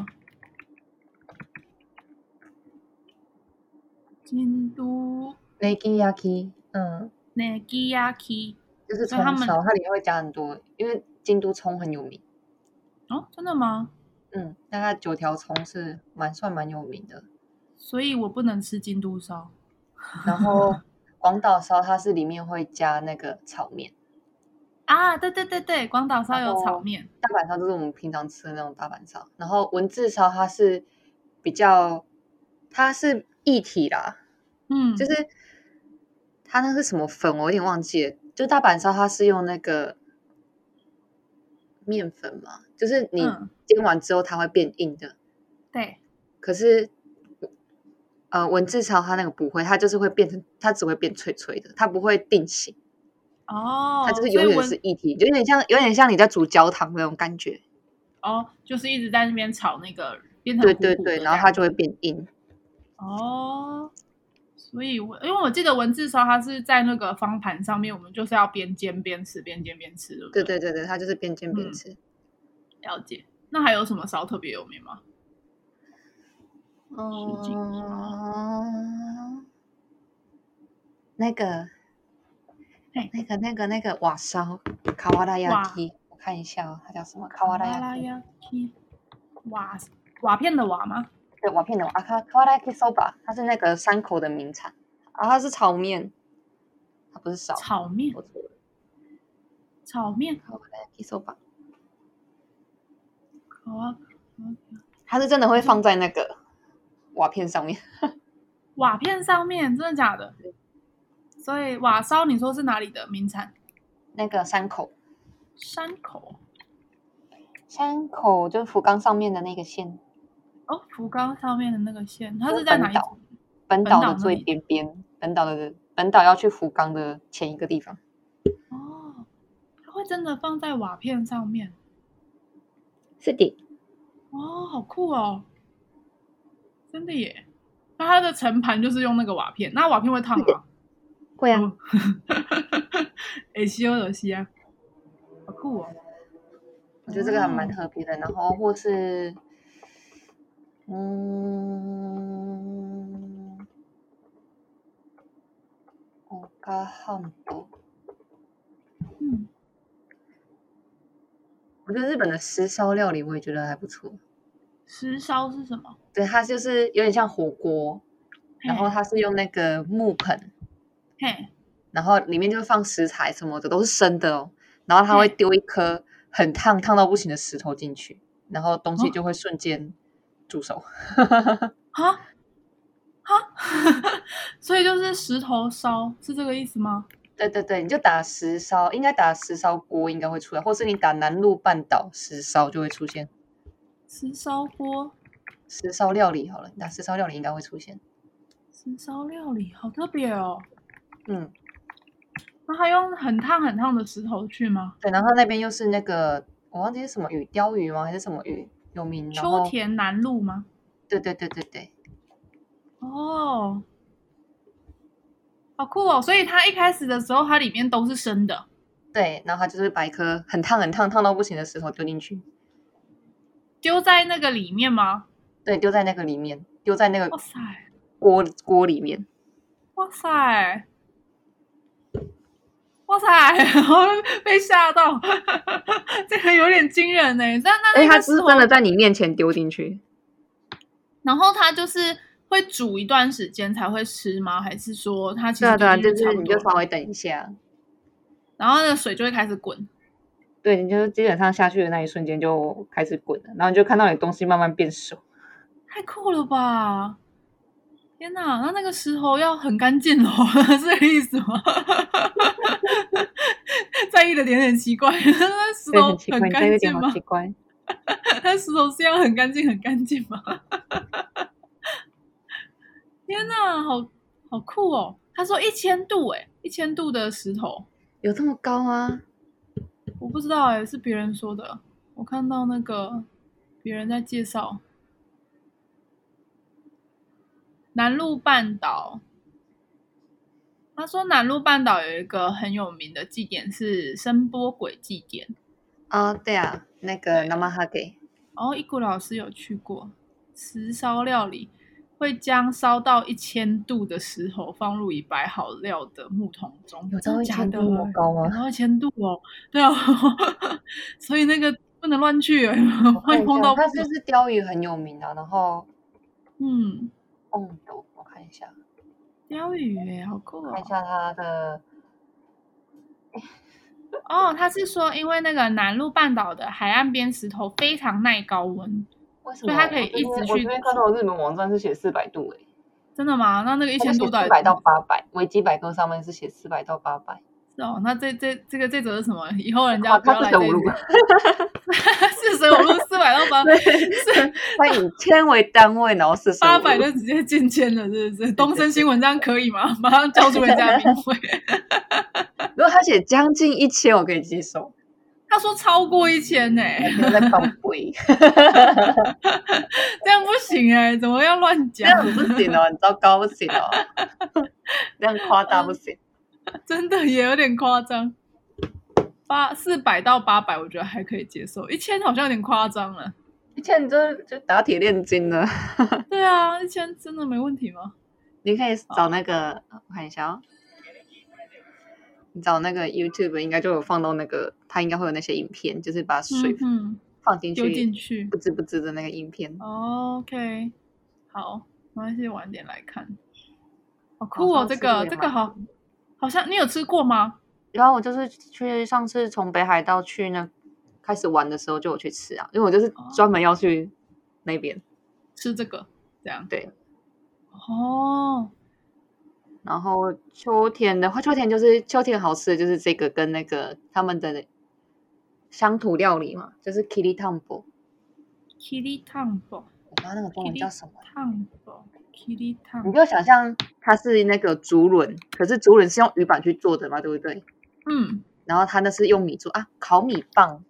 [SPEAKER 1] 京都
[SPEAKER 2] nagi yaki，嗯，
[SPEAKER 1] 那吉亚 k
[SPEAKER 2] 就是
[SPEAKER 1] 所
[SPEAKER 2] 葱
[SPEAKER 1] 以他们
[SPEAKER 2] 烧，它里面会加很多，因为京都葱很有名，
[SPEAKER 1] 哦，真的吗？
[SPEAKER 2] 嗯，大概九条葱是蛮算蛮有名
[SPEAKER 1] [laughs]
[SPEAKER 2] 的。
[SPEAKER 1] 所以我不能吃京都烧
[SPEAKER 2] 然后广岛烧它是里面会加那个炒面，
[SPEAKER 1] 啊！对对对对，广岛烧
[SPEAKER 2] 然
[SPEAKER 1] 有
[SPEAKER 2] 后
[SPEAKER 1] 炒面，
[SPEAKER 2] 大阪烧就是我们平常吃的那种大阪烧，然后文字烧它是比较，它是一体啦，
[SPEAKER 1] 嗯，
[SPEAKER 2] 就是它那个是什么粉，我有点忘记了。就大阪烧，它是用那个面粉嘛，就是你
[SPEAKER 1] 嗯
[SPEAKER 2] 煎完之后它会变硬的。
[SPEAKER 1] 对，
[SPEAKER 2] 可是，呃，文字烧它那个不会，它就是会变成，它只会变脆脆的，它不会定型，
[SPEAKER 1] 哦，
[SPEAKER 2] 它就是
[SPEAKER 1] 所以
[SPEAKER 2] 永远
[SPEAKER 1] 文
[SPEAKER 2] 是一体，就有点像，有点像你在煮焦糖那种感觉。
[SPEAKER 1] 哦，就是一直在那边炒那个，变成
[SPEAKER 2] 对
[SPEAKER 1] 糊
[SPEAKER 2] 对
[SPEAKER 1] 糊
[SPEAKER 2] 对，
[SPEAKER 1] 的
[SPEAKER 2] 然后
[SPEAKER 1] 这
[SPEAKER 2] 它
[SPEAKER 1] 样
[SPEAKER 2] 就会变硬。
[SPEAKER 1] 哦，所以我因为我记得文字烧它是在那个方盘上面，我们就是要边煎边吃，边煎边吃，对不
[SPEAKER 2] 对对对对，它就是边煎边
[SPEAKER 1] 嗯
[SPEAKER 2] 吃。
[SPEAKER 1] 了解。那还有什么烧特别有名吗？十几米
[SPEAKER 2] 哦，那个
[SPEAKER 1] 嘿，
[SPEAKER 2] 那个，那个，那个瓦烧卡瓦拉
[SPEAKER 1] 瓦
[SPEAKER 2] 亚基，我看一下哦，它叫什么？卡瓦拉亚基，
[SPEAKER 1] 亚基瓦瓦片的瓦吗？
[SPEAKER 2] 对，瓦片的瓦啊卡卡瓦拉亚基 soba，它是那个山口的名产啊，它是炒面，它不是烧，
[SPEAKER 1] 炒面
[SPEAKER 2] 我，错了，
[SPEAKER 1] 炒面，
[SPEAKER 2] 卡瓦拉亚基 soba，
[SPEAKER 1] 好啊。
[SPEAKER 2] 它是真的会放在那个瓦片上面， [laughs]
[SPEAKER 1] 瓦片上面真的假的？所以瓦烧，你说是哪里的名产？
[SPEAKER 2] 那个山口，
[SPEAKER 1] 山口
[SPEAKER 2] 山口就是福冈上面的那个县，
[SPEAKER 1] 哦，福冈上面的那个县，它
[SPEAKER 2] 就是
[SPEAKER 1] 在
[SPEAKER 2] 本
[SPEAKER 1] 哪一
[SPEAKER 2] 岛
[SPEAKER 1] 组？
[SPEAKER 2] 本
[SPEAKER 1] 本
[SPEAKER 2] 岛
[SPEAKER 1] 岛
[SPEAKER 2] 的
[SPEAKER 1] 那
[SPEAKER 2] 最
[SPEAKER 1] 里
[SPEAKER 2] 边边，本岛的本岛要去福冈的前一个地方。
[SPEAKER 1] 哦，它会真的放在瓦片上面
[SPEAKER 2] 是的，
[SPEAKER 1] 哦，好酷哦，真的耶！那它的盛盘就是用那个瓦片，那瓦片会烫吗？
[SPEAKER 2] 会啊，
[SPEAKER 1] 哦， [laughs] 哎，西欧的西啊，好酷哦！
[SPEAKER 2] 我觉得这个还蛮
[SPEAKER 1] 哦
[SPEAKER 2] 特别的。然后或是，嗯，我嘎汉堡，
[SPEAKER 1] 嗯，
[SPEAKER 2] 我觉得日本的石烧料理我也觉得还不错。
[SPEAKER 1] 石烧是什么？
[SPEAKER 2] 对，它就是有点像火锅，然
[SPEAKER 1] 嗯
[SPEAKER 2] 后它是用那个木盆，
[SPEAKER 1] 嘿，嘿
[SPEAKER 2] 然后里面就放食材什么的，都是生的哦。然后他会
[SPEAKER 1] 嗯
[SPEAKER 2] 丢一颗很烫烫到不行的石头进去，然后东西
[SPEAKER 1] 哦
[SPEAKER 2] 就会瞬间助手。
[SPEAKER 1] 啊啊！所以就是石头烧是这个意思吗？
[SPEAKER 2] [laughs] 对对对，你就打石烧，应该打石烧锅应该会出来，或是你打南路半岛石烧就会出现
[SPEAKER 1] 石烧锅、
[SPEAKER 2] 石烧料理好了，你打石烧料理应该会出现。
[SPEAKER 1] 石烧料理，好特别哦。
[SPEAKER 2] 嗯，
[SPEAKER 1] 那他用很烫很烫的石头去吗？
[SPEAKER 2] 对，然后那边又是那个我忘记是什么鱼，鲷鱼吗还是什么鱼有名？然
[SPEAKER 1] 秋
[SPEAKER 2] 后
[SPEAKER 1] 田南路吗？
[SPEAKER 2] 对对对对对，
[SPEAKER 1] 哦，好酷哦！所以它一开始的时候，它里面都是生的。
[SPEAKER 2] 对，然后他就是把一颗很烫很烫烫到不行的石头丢进去，
[SPEAKER 1] 丢在那个里面吗？
[SPEAKER 2] 对，丢在那个里面，丢在那个
[SPEAKER 1] 哇塞，
[SPEAKER 2] 锅锅里面。
[SPEAKER 1] 哇塞，哇塞， [laughs] 然后被吓到， [laughs] 这个有点惊人呢、那那
[SPEAKER 2] 哎，
[SPEAKER 1] 那
[SPEAKER 2] 他
[SPEAKER 1] 个
[SPEAKER 2] 是
[SPEAKER 1] 时候，
[SPEAKER 2] 真的在你面前丢进去，
[SPEAKER 1] 然后它就是会煮一段时间才会吃吗？还是说它其
[SPEAKER 2] 对
[SPEAKER 1] 实
[SPEAKER 2] 啊对啊，
[SPEAKER 1] 已经
[SPEAKER 2] 就是
[SPEAKER 1] 差不
[SPEAKER 2] 你就
[SPEAKER 1] 多
[SPEAKER 2] 稍
[SPEAKER 1] 了，
[SPEAKER 2] 微等一下，
[SPEAKER 1] 然后那个水就会开始滚。
[SPEAKER 2] 对，你就是基本上下去的那一瞬间就开始滚了，然后你就看到你的东西慢慢变熟。
[SPEAKER 1] 太酷了吧！天哪，那那个石头要很干净哦， [laughs] 是这个意思吗？在意的点很奇怪，那石
[SPEAKER 2] 对，
[SPEAKER 1] 头
[SPEAKER 2] 很奇怪，
[SPEAKER 1] 很
[SPEAKER 2] 你这个
[SPEAKER 1] 干
[SPEAKER 2] 点
[SPEAKER 1] 净
[SPEAKER 2] 好
[SPEAKER 1] 吗
[SPEAKER 2] 奇？怪。
[SPEAKER 1] 那石头是要很干净、很干净吗？ [laughs] 天哪，好好酷哦！他说一千度，哎，一千度的石头，
[SPEAKER 2] 有这么高吗？
[SPEAKER 1] 我不知道哎，是别人说的，我看到那个别人在介绍南路半岛。他说南路半岛有一个很有名的祭典是声波鬼祭典，
[SPEAKER 2] 啊、对啊，那个 n a m a h a g
[SPEAKER 1] 然后一谷老师有去过。石烧料理会将烧到一千度的石头放入已摆好料的木桶中，
[SPEAKER 2] 有
[SPEAKER 1] 真
[SPEAKER 2] 到
[SPEAKER 1] 的
[SPEAKER 2] 一
[SPEAKER 1] 假
[SPEAKER 2] 千
[SPEAKER 1] 的
[SPEAKER 2] 度那哦么高
[SPEAKER 1] [laughs]
[SPEAKER 2] 吗？
[SPEAKER 1] 然后千度哦，对啊， [laughs] 所以那个不能乱去 [laughs] 耶，万一碰到
[SPEAKER 2] 它就是鲷鱼很有名啊，然后
[SPEAKER 1] 嗯，
[SPEAKER 2] 嗯，我我看一下，
[SPEAKER 1] 鲷鱼耶，好酷
[SPEAKER 2] 看一
[SPEAKER 1] 哦！
[SPEAKER 2] 下它的
[SPEAKER 1] 哦，他是说因为那个南路半岛的海岸边石头非常耐高温，
[SPEAKER 2] 为什
[SPEAKER 1] 所
[SPEAKER 2] 么
[SPEAKER 1] 以
[SPEAKER 2] 我
[SPEAKER 1] 它
[SPEAKER 2] 这边？
[SPEAKER 1] 可以一直
[SPEAKER 2] 我
[SPEAKER 1] 去
[SPEAKER 2] 这边看到日本网站是写四百度欸诶、
[SPEAKER 1] 真的吗？那那个一
[SPEAKER 2] 一
[SPEAKER 1] 千度到
[SPEAKER 2] 四
[SPEAKER 1] 底
[SPEAKER 2] 百到八百，维基百科上面是写四百到八
[SPEAKER 1] [laughs]
[SPEAKER 2] 百。
[SPEAKER 1] 是哦？那这这这个这则是什么？以 [laughs] 后人家
[SPEAKER 2] 哦，
[SPEAKER 1] 不要
[SPEAKER 2] 它
[SPEAKER 1] 来
[SPEAKER 2] 是
[SPEAKER 1] 这
[SPEAKER 2] 等
[SPEAKER 1] 里
[SPEAKER 2] 五路，
[SPEAKER 1] 四舍五入四百到 [laughs] 八
[SPEAKER 2] 它以千为单位，然后是
[SPEAKER 1] 八百就直接进签了，是不是？东森新闻这样可以吗？马上叫出人家名讳。 [laughs]
[SPEAKER 2] 如果他写将近一千，我可以接受。哎
[SPEAKER 1] 他说超过一千 [laughs] 呢、
[SPEAKER 2] 我在帮
[SPEAKER 1] [laughs]
[SPEAKER 2] 鬼，
[SPEAKER 1] 这样不行哎、怎么要乱
[SPEAKER 2] 这
[SPEAKER 1] 讲？
[SPEAKER 2] 样不行哦，很糟糕，不行哦，这样夸大不行。
[SPEAKER 1] 嗯真的也有点夸张。八四百到八百，我觉得还可以接受，一千好像有点夸张
[SPEAKER 2] [laughs]
[SPEAKER 1] 了。
[SPEAKER 2] 一千你就就打铁炼金了，
[SPEAKER 1] 对啊，一千真的没问题吗？
[SPEAKER 2] 你可以
[SPEAKER 1] 哦
[SPEAKER 2] 找那个，我看一下哦。你找那个 YouTube 应该就有放到那个，它应该会有那些影片，就是把水
[SPEAKER 1] 嗯哼，
[SPEAKER 2] 放进去，
[SPEAKER 1] 丢进去
[SPEAKER 2] 不。知不知的那个影片。
[SPEAKER 1] OK，好，没关系，晚点来看。好酷哦，
[SPEAKER 2] 上
[SPEAKER 1] 这
[SPEAKER 2] 次
[SPEAKER 1] 个
[SPEAKER 2] 也
[SPEAKER 1] 这个
[SPEAKER 2] 蛮
[SPEAKER 1] 好，好像你有吃过吗？
[SPEAKER 2] 然后我就是去上次从北海道去那开始玩的时候就有去吃啊，因为我就是
[SPEAKER 1] 哦
[SPEAKER 2] 专门要去那边。
[SPEAKER 1] 吃这个，这样
[SPEAKER 2] 对。
[SPEAKER 1] 哦，
[SPEAKER 2] 然后秋天的话，秋天就是秋天好吃的就是这个跟那个他们的乡土料理嘛，就是 k i r i t a m b o
[SPEAKER 1] kiri tambo
[SPEAKER 2] 我不知道那个中文叫什么。
[SPEAKER 1] tambo kiri
[SPEAKER 2] 你
[SPEAKER 1] tambo，
[SPEAKER 2] 就想象它是那个竹轮，可是竹轮是用鱼板去做的嘛，对不对？
[SPEAKER 1] 嗯，
[SPEAKER 2] 然后它那是用米做啊，烤米棒，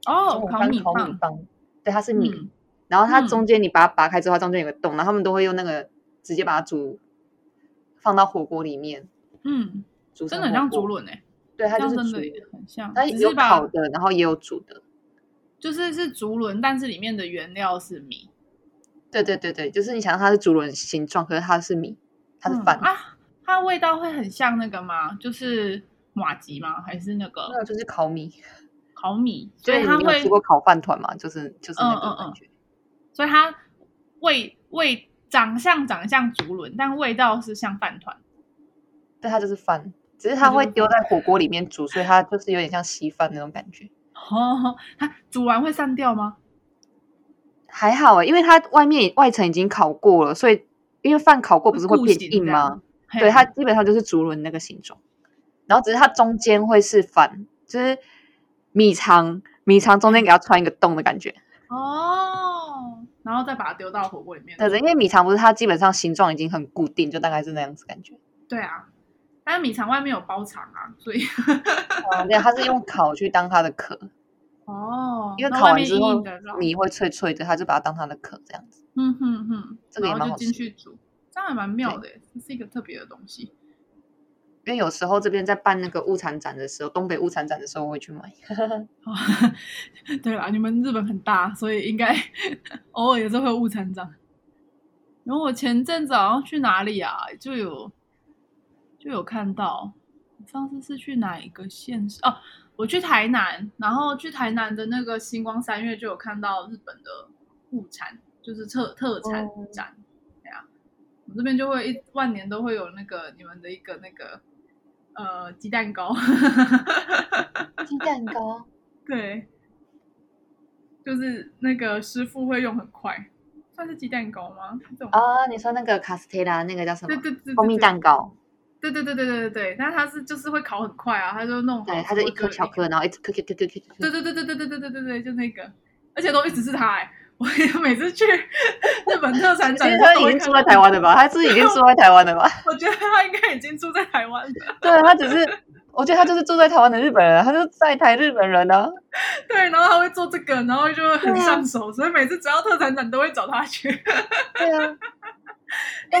[SPEAKER 2] 中
[SPEAKER 1] 哦，
[SPEAKER 2] 文
[SPEAKER 1] 烤
[SPEAKER 2] 翻
[SPEAKER 1] 米
[SPEAKER 2] 烤
[SPEAKER 1] 棒
[SPEAKER 2] 米，棒，对，它是米，
[SPEAKER 1] 嗯，
[SPEAKER 2] 然后它
[SPEAKER 1] 嗯
[SPEAKER 2] 中间你把它拔开之后，它中间有个洞，然后他们都会用那个直接把它煮，放到火锅里面
[SPEAKER 1] 嗯，
[SPEAKER 2] 煮成
[SPEAKER 1] 真
[SPEAKER 2] 火锅。
[SPEAKER 1] 的很像竹，轮诶，
[SPEAKER 2] 对，
[SPEAKER 1] 这
[SPEAKER 2] 它就
[SPEAKER 1] 样
[SPEAKER 2] 是
[SPEAKER 1] 真
[SPEAKER 2] 煮
[SPEAKER 1] 的也很像，
[SPEAKER 2] 它
[SPEAKER 1] 只是
[SPEAKER 2] 有
[SPEAKER 1] 把
[SPEAKER 2] 烤的，然后也有煮的。
[SPEAKER 1] 就是是竹轮，但是里面的原料是米，
[SPEAKER 2] 对对对对，就是你想象它是竹轮形状，可是它是米，它是
[SPEAKER 1] 嗯
[SPEAKER 2] 饭，
[SPEAKER 1] 啊，它味道会很像那个吗？就是马吉吗？还是那
[SPEAKER 2] 那
[SPEAKER 1] 个
[SPEAKER 2] 个就是烤米。
[SPEAKER 1] 烤米？
[SPEAKER 2] 就
[SPEAKER 1] 所
[SPEAKER 2] 是
[SPEAKER 1] 以
[SPEAKER 2] 你
[SPEAKER 1] 它
[SPEAKER 2] 没有
[SPEAKER 1] 会
[SPEAKER 2] 吃，过烤饭团嘛？就是就是那
[SPEAKER 1] 嗯嗯
[SPEAKER 2] 个
[SPEAKER 1] 嗯
[SPEAKER 2] 感觉。
[SPEAKER 1] 所以它味味长相长得像竹轮，但味道是像饭团。 [laughs]
[SPEAKER 2] 对，它就是饭，只是
[SPEAKER 1] 它
[SPEAKER 2] 它
[SPEAKER 1] 就
[SPEAKER 2] 会
[SPEAKER 1] 是
[SPEAKER 2] 丢在火锅里面煮，所以它就是有点像稀饭那种感觉。
[SPEAKER 1] 哦，它煮完会散掉吗？
[SPEAKER 2] 还好欸，因为它外面外层已经烤过了，所以因为饭烤过不是会
[SPEAKER 1] 固
[SPEAKER 2] 变
[SPEAKER 1] 形
[SPEAKER 2] 硬
[SPEAKER 1] 这
[SPEAKER 2] 吗
[SPEAKER 1] 样？嘿
[SPEAKER 2] 对，它基本上就是竹轮那个形状，然后只是它中间会是饭，就是米肠，米肠中间给它穿一个洞的感觉。
[SPEAKER 1] 哦，然后再把它丢到火锅里面。
[SPEAKER 2] 对的，因为米肠不是它基本上形状已经很固定，就大概是那样子
[SPEAKER 1] [laughs]
[SPEAKER 2] 感觉。
[SPEAKER 1] 对啊，但是米肠外面有包肠啊，所以
[SPEAKER 2] 啊，对，它是用烤去当它的壳，
[SPEAKER 1] 哦，
[SPEAKER 2] 因为
[SPEAKER 1] 那
[SPEAKER 2] 烤
[SPEAKER 1] 外
[SPEAKER 2] 完
[SPEAKER 1] 面
[SPEAKER 2] 之
[SPEAKER 1] 硬
[SPEAKER 2] 后
[SPEAKER 1] 硬的肉
[SPEAKER 2] 米会脆脆的，它就把它当它的壳这样子。
[SPEAKER 1] 嗯哼哼，
[SPEAKER 2] 这个也
[SPEAKER 1] 然后
[SPEAKER 2] 蛮
[SPEAKER 1] 就
[SPEAKER 2] 好
[SPEAKER 1] 进
[SPEAKER 2] 吃
[SPEAKER 1] 去煮，这样还蛮妙的耶，这是一个特别的东西。
[SPEAKER 2] 因为有时候这边在办那个物产展的时候，东北物产展的时候，我会去买。
[SPEAKER 1] 哦， [laughs] 对啊啦，你们日本很大，所以应该 [laughs] 偶尔也是会有误参长。然后我前阵子好像去哪里啊，就有就有看到，上次是去哪一个县市？哦，我去台南，然后去台南的那个星光三月就有看到日本的物产，就是特特产
[SPEAKER 2] 哦
[SPEAKER 1] 展。对啊，我们这边就会一万年都会有那个你们的一个那个呃鸡蛋糕。
[SPEAKER 2] 鸡蛋 [laughs] 糕，
[SPEAKER 1] 对，就是那个师傅会用很快，算是鸡蛋糕吗？这种
[SPEAKER 2] 啊，你说那个卡斯特拉那个叫什
[SPEAKER 1] 对
[SPEAKER 2] 么？
[SPEAKER 1] 对对，对哦
[SPEAKER 2] 蜂蜜蛋，糕，
[SPEAKER 1] 对对对对对对对，但它是就是会烤很快啊，它就弄好
[SPEAKER 2] 对，
[SPEAKER 1] 之
[SPEAKER 2] 它
[SPEAKER 1] 后
[SPEAKER 2] 就
[SPEAKER 1] 就
[SPEAKER 2] 一颗巧克力，然后
[SPEAKER 1] [laughs]
[SPEAKER 2] 一直颗颗颗颗颗。
[SPEAKER 1] 对对对对对对对对对对，就那个，而且都一直是它哎、我每次去日本特产
[SPEAKER 2] 其
[SPEAKER 1] 展，
[SPEAKER 2] 实他已经住在台，湾了吧？他是已经住在台湾了
[SPEAKER 1] [laughs]
[SPEAKER 2] 吧？
[SPEAKER 1] 我觉得他应该已经住在台湾了。
[SPEAKER 2] 对，啊他只是，我觉得他就是住在台湾的日本人，他就是在台日本人啊呢、
[SPEAKER 1] 对，然后他会做这个，然后就会很
[SPEAKER 2] 对啊
[SPEAKER 1] 上手，所以每次只要特产展都会找他去，
[SPEAKER 2] 对啊，他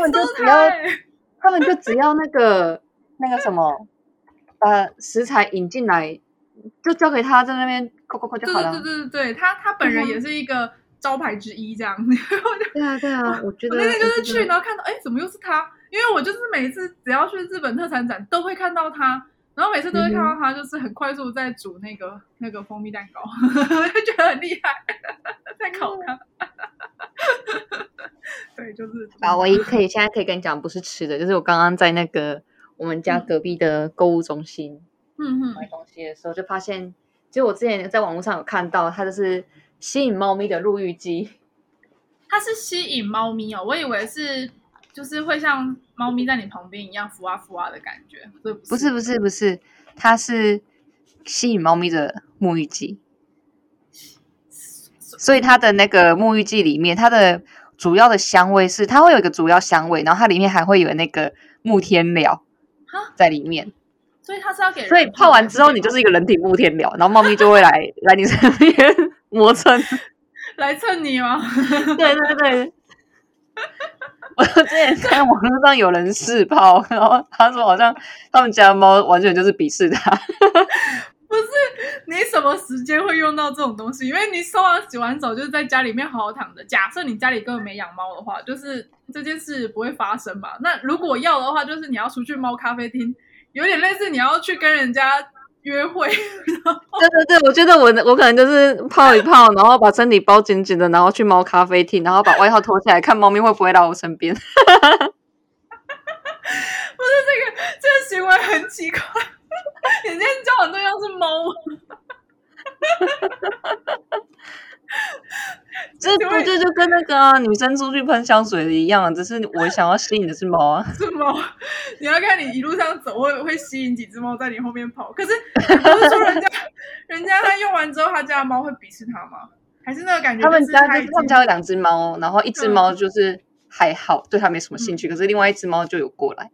[SPEAKER 1] [laughs]
[SPEAKER 2] 们
[SPEAKER 1] 都
[SPEAKER 2] 就是只
[SPEAKER 1] 他
[SPEAKER 2] 要，
[SPEAKER 1] 哎
[SPEAKER 2] 他们就只要那个那个什么，把食材引进来，就交给他在那边扣扣扣就
[SPEAKER 1] 对
[SPEAKER 2] 好
[SPEAKER 1] 对
[SPEAKER 2] 了嗯
[SPEAKER 1] 对。对对对，他他本人也是一个招牌之一，
[SPEAKER 2] [laughs]
[SPEAKER 1] 这样。我
[SPEAKER 2] 对啊对啊，我觉得
[SPEAKER 1] 那天就
[SPEAKER 2] 我
[SPEAKER 1] 是
[SPEAKER 2] 觉
[SPEAKER 1] 去，
[SPEAKER 2] 得
[SPEAKER 1] 然后看到，哎，怎么又是他？因为我就是每一次只要去日本特产展，都会看到他，然后每次都会看
[SPEAKER 2] 嗯
[SPEAKER 1] 到他，就是很快速在煮那个那个蜂蜜蛋糕， [laughs] 就觉得很厉害，在烤他。 [laughs] 对，就是
[SPEAKER 2] 啊，唯一可以现在可以跟你讲不是吃的，就是我刚刚在那个我们家
[SPEAKER 1] 嗯
[SPEAKER 2] 隔壁的购物中心。
[SPEAKER 1] 嗯嗯
[SPEAKER 2] 买东西的时候，就发现，其实我之前在网络上有看到，它就是吸引猫咪的入浴机，
[SPEAKER 1] 它是吸引猫咪哦，我以为是就是会像猫咪在你旁边一样浮啊浮啊的感觉，所以
[SPEAKER 2] 不是不是不是，它是吸引猫咪的沐浴剂，所以它的那个沐浴剂里面，它的主要的香味是它会有一个主要香味，然后它里面还会有那个木天蓼
[SPEAKER 1] 哈
[SPEAKER 2] 在里面，
[SPEAKER 1] 所以它是要给人
[SPEAKER 2] 所以泡完之后你就是一个人体木天蓼，然后猫咪就会来来你身 [laughs] 边磨蹭。
[SPEAKER 1] 来蹭你吗？ [laughs]
[SPEAKER 2] 对对对。 [laughs] 我之前看网络上有人试泡，然后他说好像他们家的猫完全就是鄙视他，
[SPEAKER 1] 你什么时间会用到这种东西？因为你收完洗完手就是在家里面好好躺着。假设你家里根本没养猫的话，就是这件事不会发生嘛。那如果要的话，就是你要出去猫咖啡厅，有点类似你要去跟人家约会。 [laughs]
[SPEAKER 2] [laughs] 对对对，我觉得我我可能就是泡一泡，然后把身体包紧紧的，然后去猫咖啡厅，然后把外套脱下来，看猫咪会不会来我
[SPEAKER 1] [laughs]
[SPEAKER 2] 身边。
[SPEAKER 1] 不是这个这个行为很奇怪。 [laughs] 你今天交往对象是猫吗？
[SPEAKER 2] 这不就就跟那个啊、女生出去喷香水的一样啊，只是我想要吸引的是猫啊。
[SPEAKER 1] 是猫，你要看你一路上走会会吸引几只猫在你后面跑。可是你不是说人家人家他用完之后，他家的猫会鄙视他吗？还是那个感觉？
[SPEAKER 2] 他们
[SPEAKER 1] 是
[SPEAKER 2] 家
[SPEAKER 1] 他
[SPEAKER 2] 就
[SPEAKER 1] 已嗯
[SPEAKER 2] 是他们
[SPEAKER 1] 经
[SPEAKER 2] 家有两只猫，然后一只猫就是还好，对它没什么
[SPEAKER 1] 嗯
[SPEAKER 2] 兴趣，可是另外一只猫就有过来。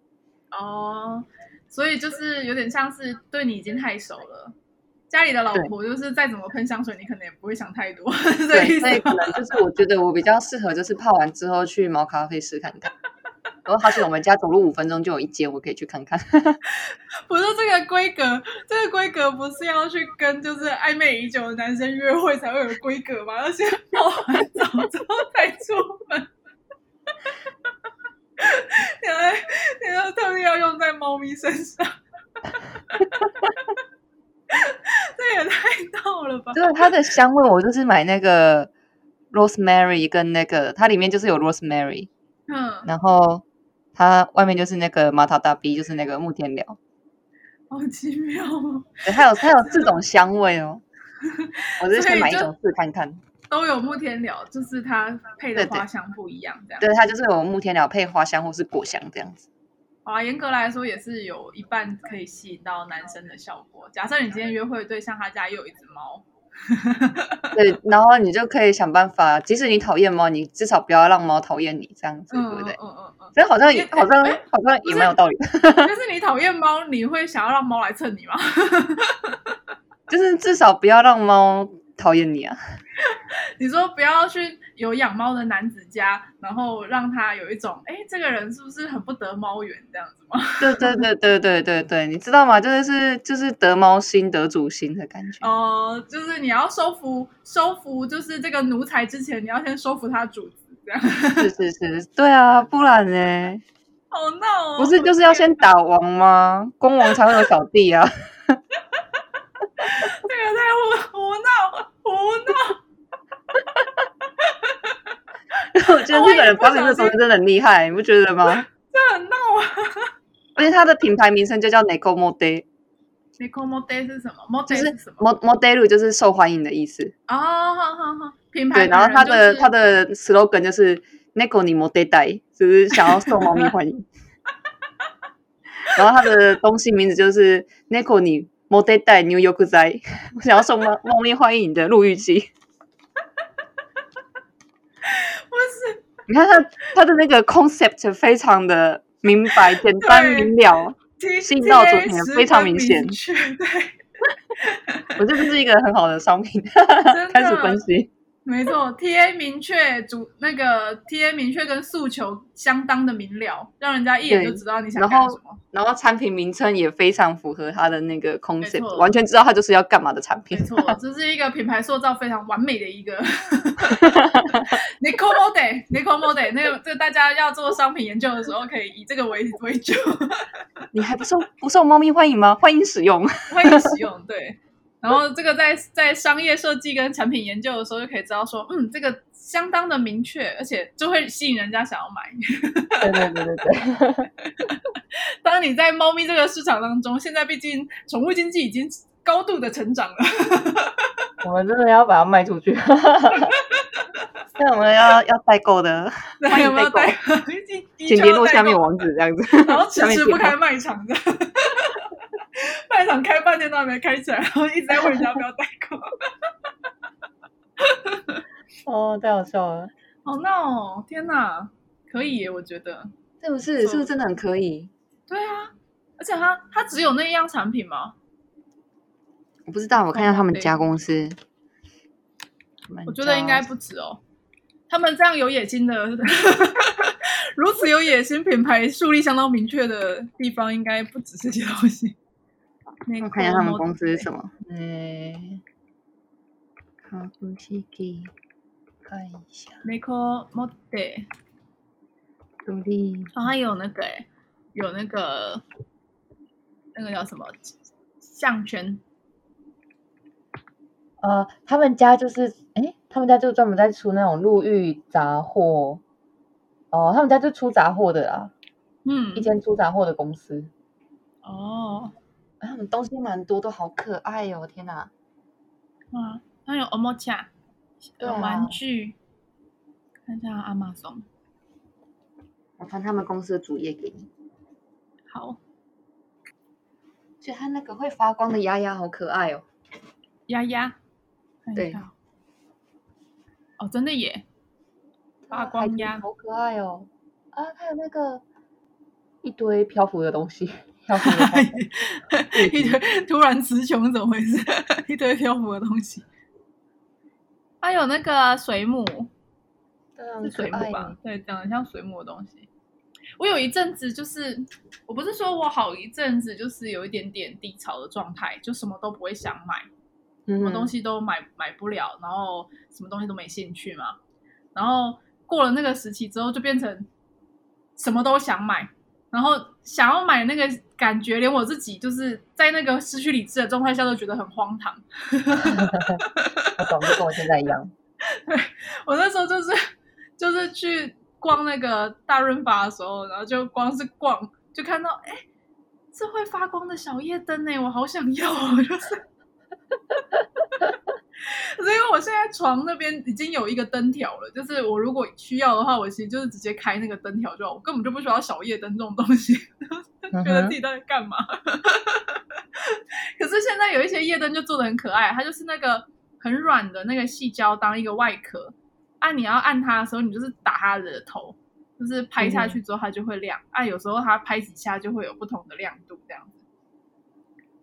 [SPEAKER 1] 哦，所以就是有点像是对你已经太熟了。家里的老婆就是再怎么喷香水，你可能也不会想太多， [laughs] 是这
[SPEAKER 2] 对，
[SPEAKER 1] 意思
[SPEAKER 2] 所以
[SPEAKER 1] 吗
[SPEAKER 2] 可能就是我觉得我比较适合，就是泡完之后去猫咖啡试看看。然后好险我们家走路五分钟就有一间，我可以去看看。
[SPEAKER 1] 不是这个规格，这个规格不是要去跟就是暧昧已久的男生约会才会有规格吗？要先泡完澡之后再出门。你要你要特地要用在猫咪身上，这也太闹了
[SPEAKER 2] [laughs]
[SPEAKER 1] 吧！
[SPEAKER 2] 对它的香味，我就是买那个 rosemary 跟那个，它里面就是有 rosemary，
[SPEAKER 1] 嗯，
[SPEAKER 2] 然后它外面就是那个马塔大 B，就是那个木天蓼。
[SPEAKER 1] 好奇妙哦。
[SPEAKER 2] 对它有它有四种香味哦，我就是
[SPEAKER 1] 所以
[SPEAKER 2] 先买一
[SPEAKER 1] 就
[SPEAKER 2] 种试看看。
[SPEAKER 1] 都有木天聊，就是它配的
[SPEAKER 2] 对对
[SPEAKER 1] 花香不一样，这样。
[SPEAKER 2] 对，它就是有木天聊配花香或是果香这样
[SPEAKER 1] [laughs]
[SPEAKER 2] 子。
[SPEAKER 1] 好啊，严格来说也是有一半可以吸引到男生的效果。假设你今天约会的对象他家也有一只猫，
[SPEAKER 2] 对，然后你就可以想办法，即使你讨厌猫，你至少不要让猫讨厌你这样子，对
[SPEAKER 1] 嗯
[SPEAKER 2] 不
[SPEAKER 1] 嗯
[SPEAKER 2] 对？
[SPEAKER 1] 嗯嗯
[SPEAKER 2] 这好像也
[SPEAKER 1] 因为
[SPEAKER 2] 好像
[SPEAKER 1] 哎
[SPEAKER 2] 好像
[SPEAKER 1] 不
[SPEAKER 2] 也
[SPEAKER 1] 是
[SPEAKER 2] 蛮有道理的，
[SPEAKER 1] 嗯，但是你讨厌猫，你会想要让猫来蹭你吗？ [laughs]
[SPEAKER 2] 就是至少不要让猫讨厌你啊。
[SPEAKER 1] 你说不要去有养猫的男子家，然后让他有一种，哎，这个人是不是很不得猫缘这样子吗？ [laughs]
[SPEAKER 2] 对对对对对对对，你知道吗？这就是就是得猫心得主心的感觉。
[SPEAKER 1] 哦，就是你要收服收服，就是这个奴才之前，你要先收服他主子，这样 [laughs]
[SPEAKER 2] 是是是，对啊，不然呢？
[SPEAKER 1] 好闹哦。
[SPEAKER 2] 不是就是要先打王吗？公王才会有小弟啊。
[SPEAKER 1] 这个太胡胡闹胡闹，哦
[SPEAKER 2] 我觉得日本人管理这东西真的很厉害，你不觉得吗？
[SPEAKER 1] 这很闹啊。
[SPEAKER 2] 而且它的品牌名称就叫 Neko Mode，
[SPEAKER 1] n i c o m o d e 是什么 m o d
[SPEAKER 2] 就是是
[SPEAKER 1] 什么？
[SPEAKER 2] Mo Modelu 就是受欢迎的意思。
[SPEAKER 1] 哦，好好好，品牌
[SPEAKER 2] 对，然后
[SPEAKER 1] 本人
[SPEAKER 2] 它的
[SPEAKER 1] 就是
[SPEAKER 2] 它的 slogan 就是 “Neko ni mode dai”，就是想要受猫咪
[SPEAKER 1] [laughs]
[SPEAKER 2] 欢迎。然后它的东西名字就是 “Neko ni mode dai New York 在”，我想要受猫猫咪欢迎你的路易基。
[SPEAKER 1] [laughs] 不是
[SPEAKER 2] 你看它它的那个 concept 非常的明白、简单
[SPEAKER 1] 对
[SPEAKER 2] 明了，
[SPEAKER 1] T
[SPEAKER 2] 信道主题非常明显
[SPEAKER 1] 确对，
[SPEAKER 2] 我觉得这是一个很好的商品。
[SPEAKER 1] 真
[SPEAKER 2] [laughs] 开始分
[SPEAKER 1] 的
[SPEAKER 2] 析，
[SPEAKER 1] 没错，TA 明确主那个 TA 明确跟诉求相当的明了，让人家一眼
[SPEAKER 2] 对
[SPEAKER 1] 就知道你想
[SPEAKER 2] 然
[SPEAKER 1] 干
[SPEAKER 2] 后
[SPEAKER 1] 什么。
[SPEAKER 2] 然后产品名称也非常符合它的那个
[SPEAKER 1] 没
[SPEAKER 2] concept，
[SPEAKER 1] 错
[SPEAKER 2] 完全知道它就是要干嘛的产
[SPEAKER 1] 没
[SPEAKER 2] 品。
[SPEAKER 1] 错，
[SPEAKER 2] [laughs]
[SPEAKER 1] 这是一个品牌塑造非常完美的一个 Nico Mode Nico Mode，那个这大家要做商品研究的时候，可以以这个为为主，
[SPEAKER 2] 你还不受 [laughs] 不受猫咪欢迎吗？欢迎使用。
[SPEAKER 1] 欢迎使用。对，然后这个在在商业设计跟产品研究的时候，就可以知道说，嗯，这个相当的明确，而且就会吸引人家想要买。 [laughs]
[SPEAKER 2] 对对对对对，
[SPEAKER 1] 当你在猫咪这个市场当中，现在毕竟宠物经济已经高度的成长了，
[SPEAKER 2] 我们真的要把它卖出去。 [laughs] 那我们要要代购的，欢迎
[SPEAKER 1] 有没有
[SPEAKER 2] 代
[SPEAKER 1] 在
[SPEAKER 2] 购？
[SPEAKER 1] [laughs] 请
[SPEAKER 2] 请联络下面网址这样子。
[SPEAKER 1] 然后迟
[SPEAKER 2] 下面
[SPEAKER 1] 迟不
[SPEAKER 2] 电话
[SPEAKER 1] 开卖场的，卖场开半天都还没开起来，然后一直在问人家不要代购，
[SPEAKER 2] 哦，太好笑了，
[SPEAKER 1] 好闹哦！天哪，可以耶，我觉得，
[SPEAKER 2] 是不是？是不是真的很可以？
[SPEAKER 1] 对啊，而且它它只有那一样产品吗？
[SPEAKER 2] 我不知道，我看一下他们家公司。
[SPEAKER 1] 我觉得应该不止哦。他们这样有野心的， [laughs] 如此有野心，品牌树立相当明确的地方，应该不止这些东西。
[SPEAKER 2] 我看一下他们公司是
[SPEAKER 1] 司
[SPEAKER 2] 什么。嗯，卡布奇基，看一下，
[SPEAKER 1] ，Nico Mode，
[SPEAKER 2] 独立
[SPEAKER 1] 然后它哦有那个、欸，有那个那个叫什么项圈，
[SPEAKER 3] 呃，他们家就是，诶，他们家就专门在出那种陆域杂货，哦，他们家就出杂货的啦，
[SPEAKER 1] 嗯
[SPEAKER 3] 一，间出杂货的公司。
[SPEAKER 1] 哦，
[SPEAKER 2] 啊他们东西蛮多，都好可爱哦！天哪，
[SPEAKER 1] 哇，它有 o m o c h
[SPEAKER 3] 对
[SPEAKER 1] 有
[SPEAKER 3] 啊
[SPEAKER 1] 玩具，看一下阿玛松，
[SPEAKER 2] 我翻他们公司的主页给你。
[SPEAKER 1] 好，
[SPEAKER 2] 所以它那个会发光的丫丫好可爱哦。
[SPEAKER 1] 丫丫，看一
[SPEAKER 2] 对
[SPEAKER 1] 下，哦，真的耶，发
[SPEAKER 3] 海
[SPEAKER 1] 光
[SPEAKER 3] 豚
[SPEAKER 1] 鸭，
[SPEAKER 3] 好可爱哦！啊，还有那个一堆漂浮的
[SPEAKER 2] [laughs]
[SPEAKER 3] 东西，漂
[SPEAKER 1] [laughs]
[SPEAKER 3] 浮的东西
[SPEAKER 1] 一堆突然词穷，怎么回事？ [laughs] 一堆漂浮的东西，还有那个水母，
[SPEAKER 3] 对
[SPEAKER 1] 是
[SPEAKER 3] 啊，很可
[SPEAKER 1] 水母
[SPEAKER 3] 爱
[SPEAKER 1] 吧
[SPEAKER 3] 耶？？
[SPEAKER 1] 对，长得像水母的东西。我有一阵子就是，我不是说我好一阵子就是有一点点低潮的状态，就什么都不会想买，什
[SPEAKER 3] 嗯
[SPEAKER 2] 什
[SPEAKER 1] 么东？西都买买不了，然后什么东西都没兴趣嘛。然后过了那个时期之后，就变成什么都想买，然后想要买那个感觉，连我自己就是在那个失去理智的状态下都觉得很荒唐。 [laughs]
[SPEAKER 3] 我懂，就跟我现在一样。
[SPEAKER 1] 我那时候就是就是去逛那个大润发的时候，然后就光是逛就看到，哎，这欸 [laughs] 会发光的小夜灯呢、我好想要哦，就是。 [laughs] 可是因为我现在床那边已经有一个灯条了，就是我如果需要的话，我其实就是直接开那个灯条就好，我根本就不需要小夜灯这种东西， [laughs] 觉得自己到底干嘛。 [laughs] 可是现在有一些夜灯就做的很可爱，它就是那个很软的那个细胶当一个外壳，啊，你要按它的时候，你就是打它的头，就是拍下去之后它就会亮，啊，有时候它拍几下就会有不同的亮度，这样子，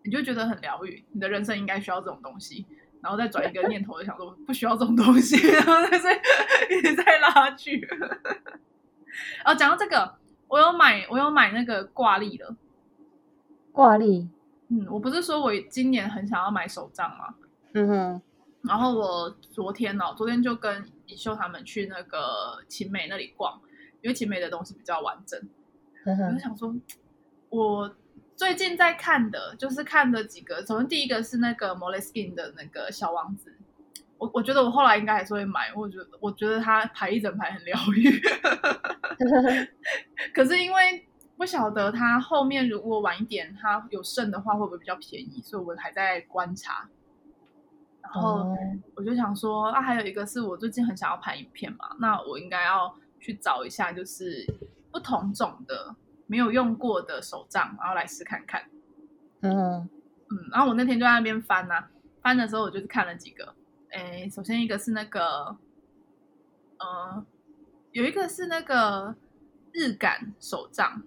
[SPEAKER 1] 你就觉得很疗愈，你的人生应该需要这种东西。然后再转一个念头，就想说不需要这种东西， [laughs] 然后就是一直在拉锯。 [laughs] 哦，讲到这个，我有买，我有买那个挂历了。
[SPEAKER 3] 挂历，
[SPEAKER 1] 嗯，我不是说我今年很想要买手账吗？
[SPEAKER 2] 嗯哼，
[SPEAKER 1] 然后我昨天哦，昨天就跟以秀他们去那个秦美那里逛，因为秦美的东西比较完整。
[SPEAKER 3] 呵
[SPEAKER 1] 我就
[SPEAKER 3] 呵
[SPEAKER 1] 想说，我最近在看的，就是看的几个。首先第一个是那个 Moleskine 的那个小王子，我我觉得我后来应该还是会买，我觉得我觉得它排一整排很疗愈。 [laughs] 可是因为不晓得它后面如果晚一点它有剩的话，会不会比较便宜，所以我还在观察。然后
[SPEAKER 3] 哦，
[SPEAKER 1] 我就想说，啊，还有一个是我最近很想要拍影片嘛，那我应该要去找一下，就是不同种的没有用过的手账，然后来试看看。
[SPEAKER 3] 嗯，
[SPEAKER 1] 嗯，然后我那天就在那边翻呐、翻的时候我就是看了几个，诶，首先一个是那个，呃，有一个是那个日感手账，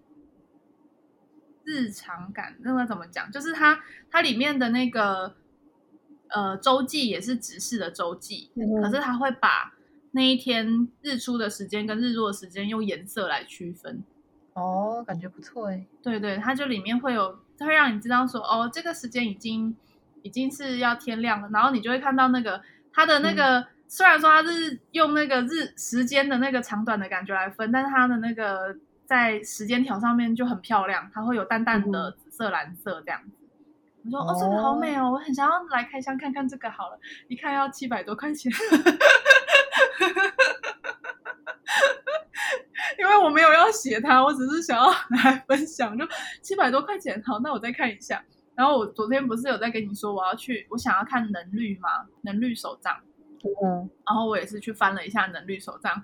[SPEAKER 1] 日常感，那个怎么讲？就是它它里面的那个呃周记也是直视的周记，可是它会把那一天日出的时间跟日落的时间用颜色来区分。
[SPEAKER 3] 哦，感觉不错哎，
[SPEAKER 1] 对对，它就里面会有，它会让你知道说，哦，这个时间已经已经是要天亮了，然后你就会看到那个它的那个，虽然说它是用那个日时间的那个长短的感觉来分，但是它的那个在时间条上面就很漂亮，它会有淡淡的紫色、蓝色这样子。我说哦，这个好美哦，我很想要来开箱看看这个好了，一看要七百多块钱，因为我没有要写它，我只是想要 [laughs] 拿来分享，就七百多块钱，好，那我再看一下。然后我昨天不是有在跟你说我要去，我想要看能率吗？能率手账，
[SPEAKER 3] 嗯，
[SPEAKER 1] 然后我也是去翻了一下能率手账，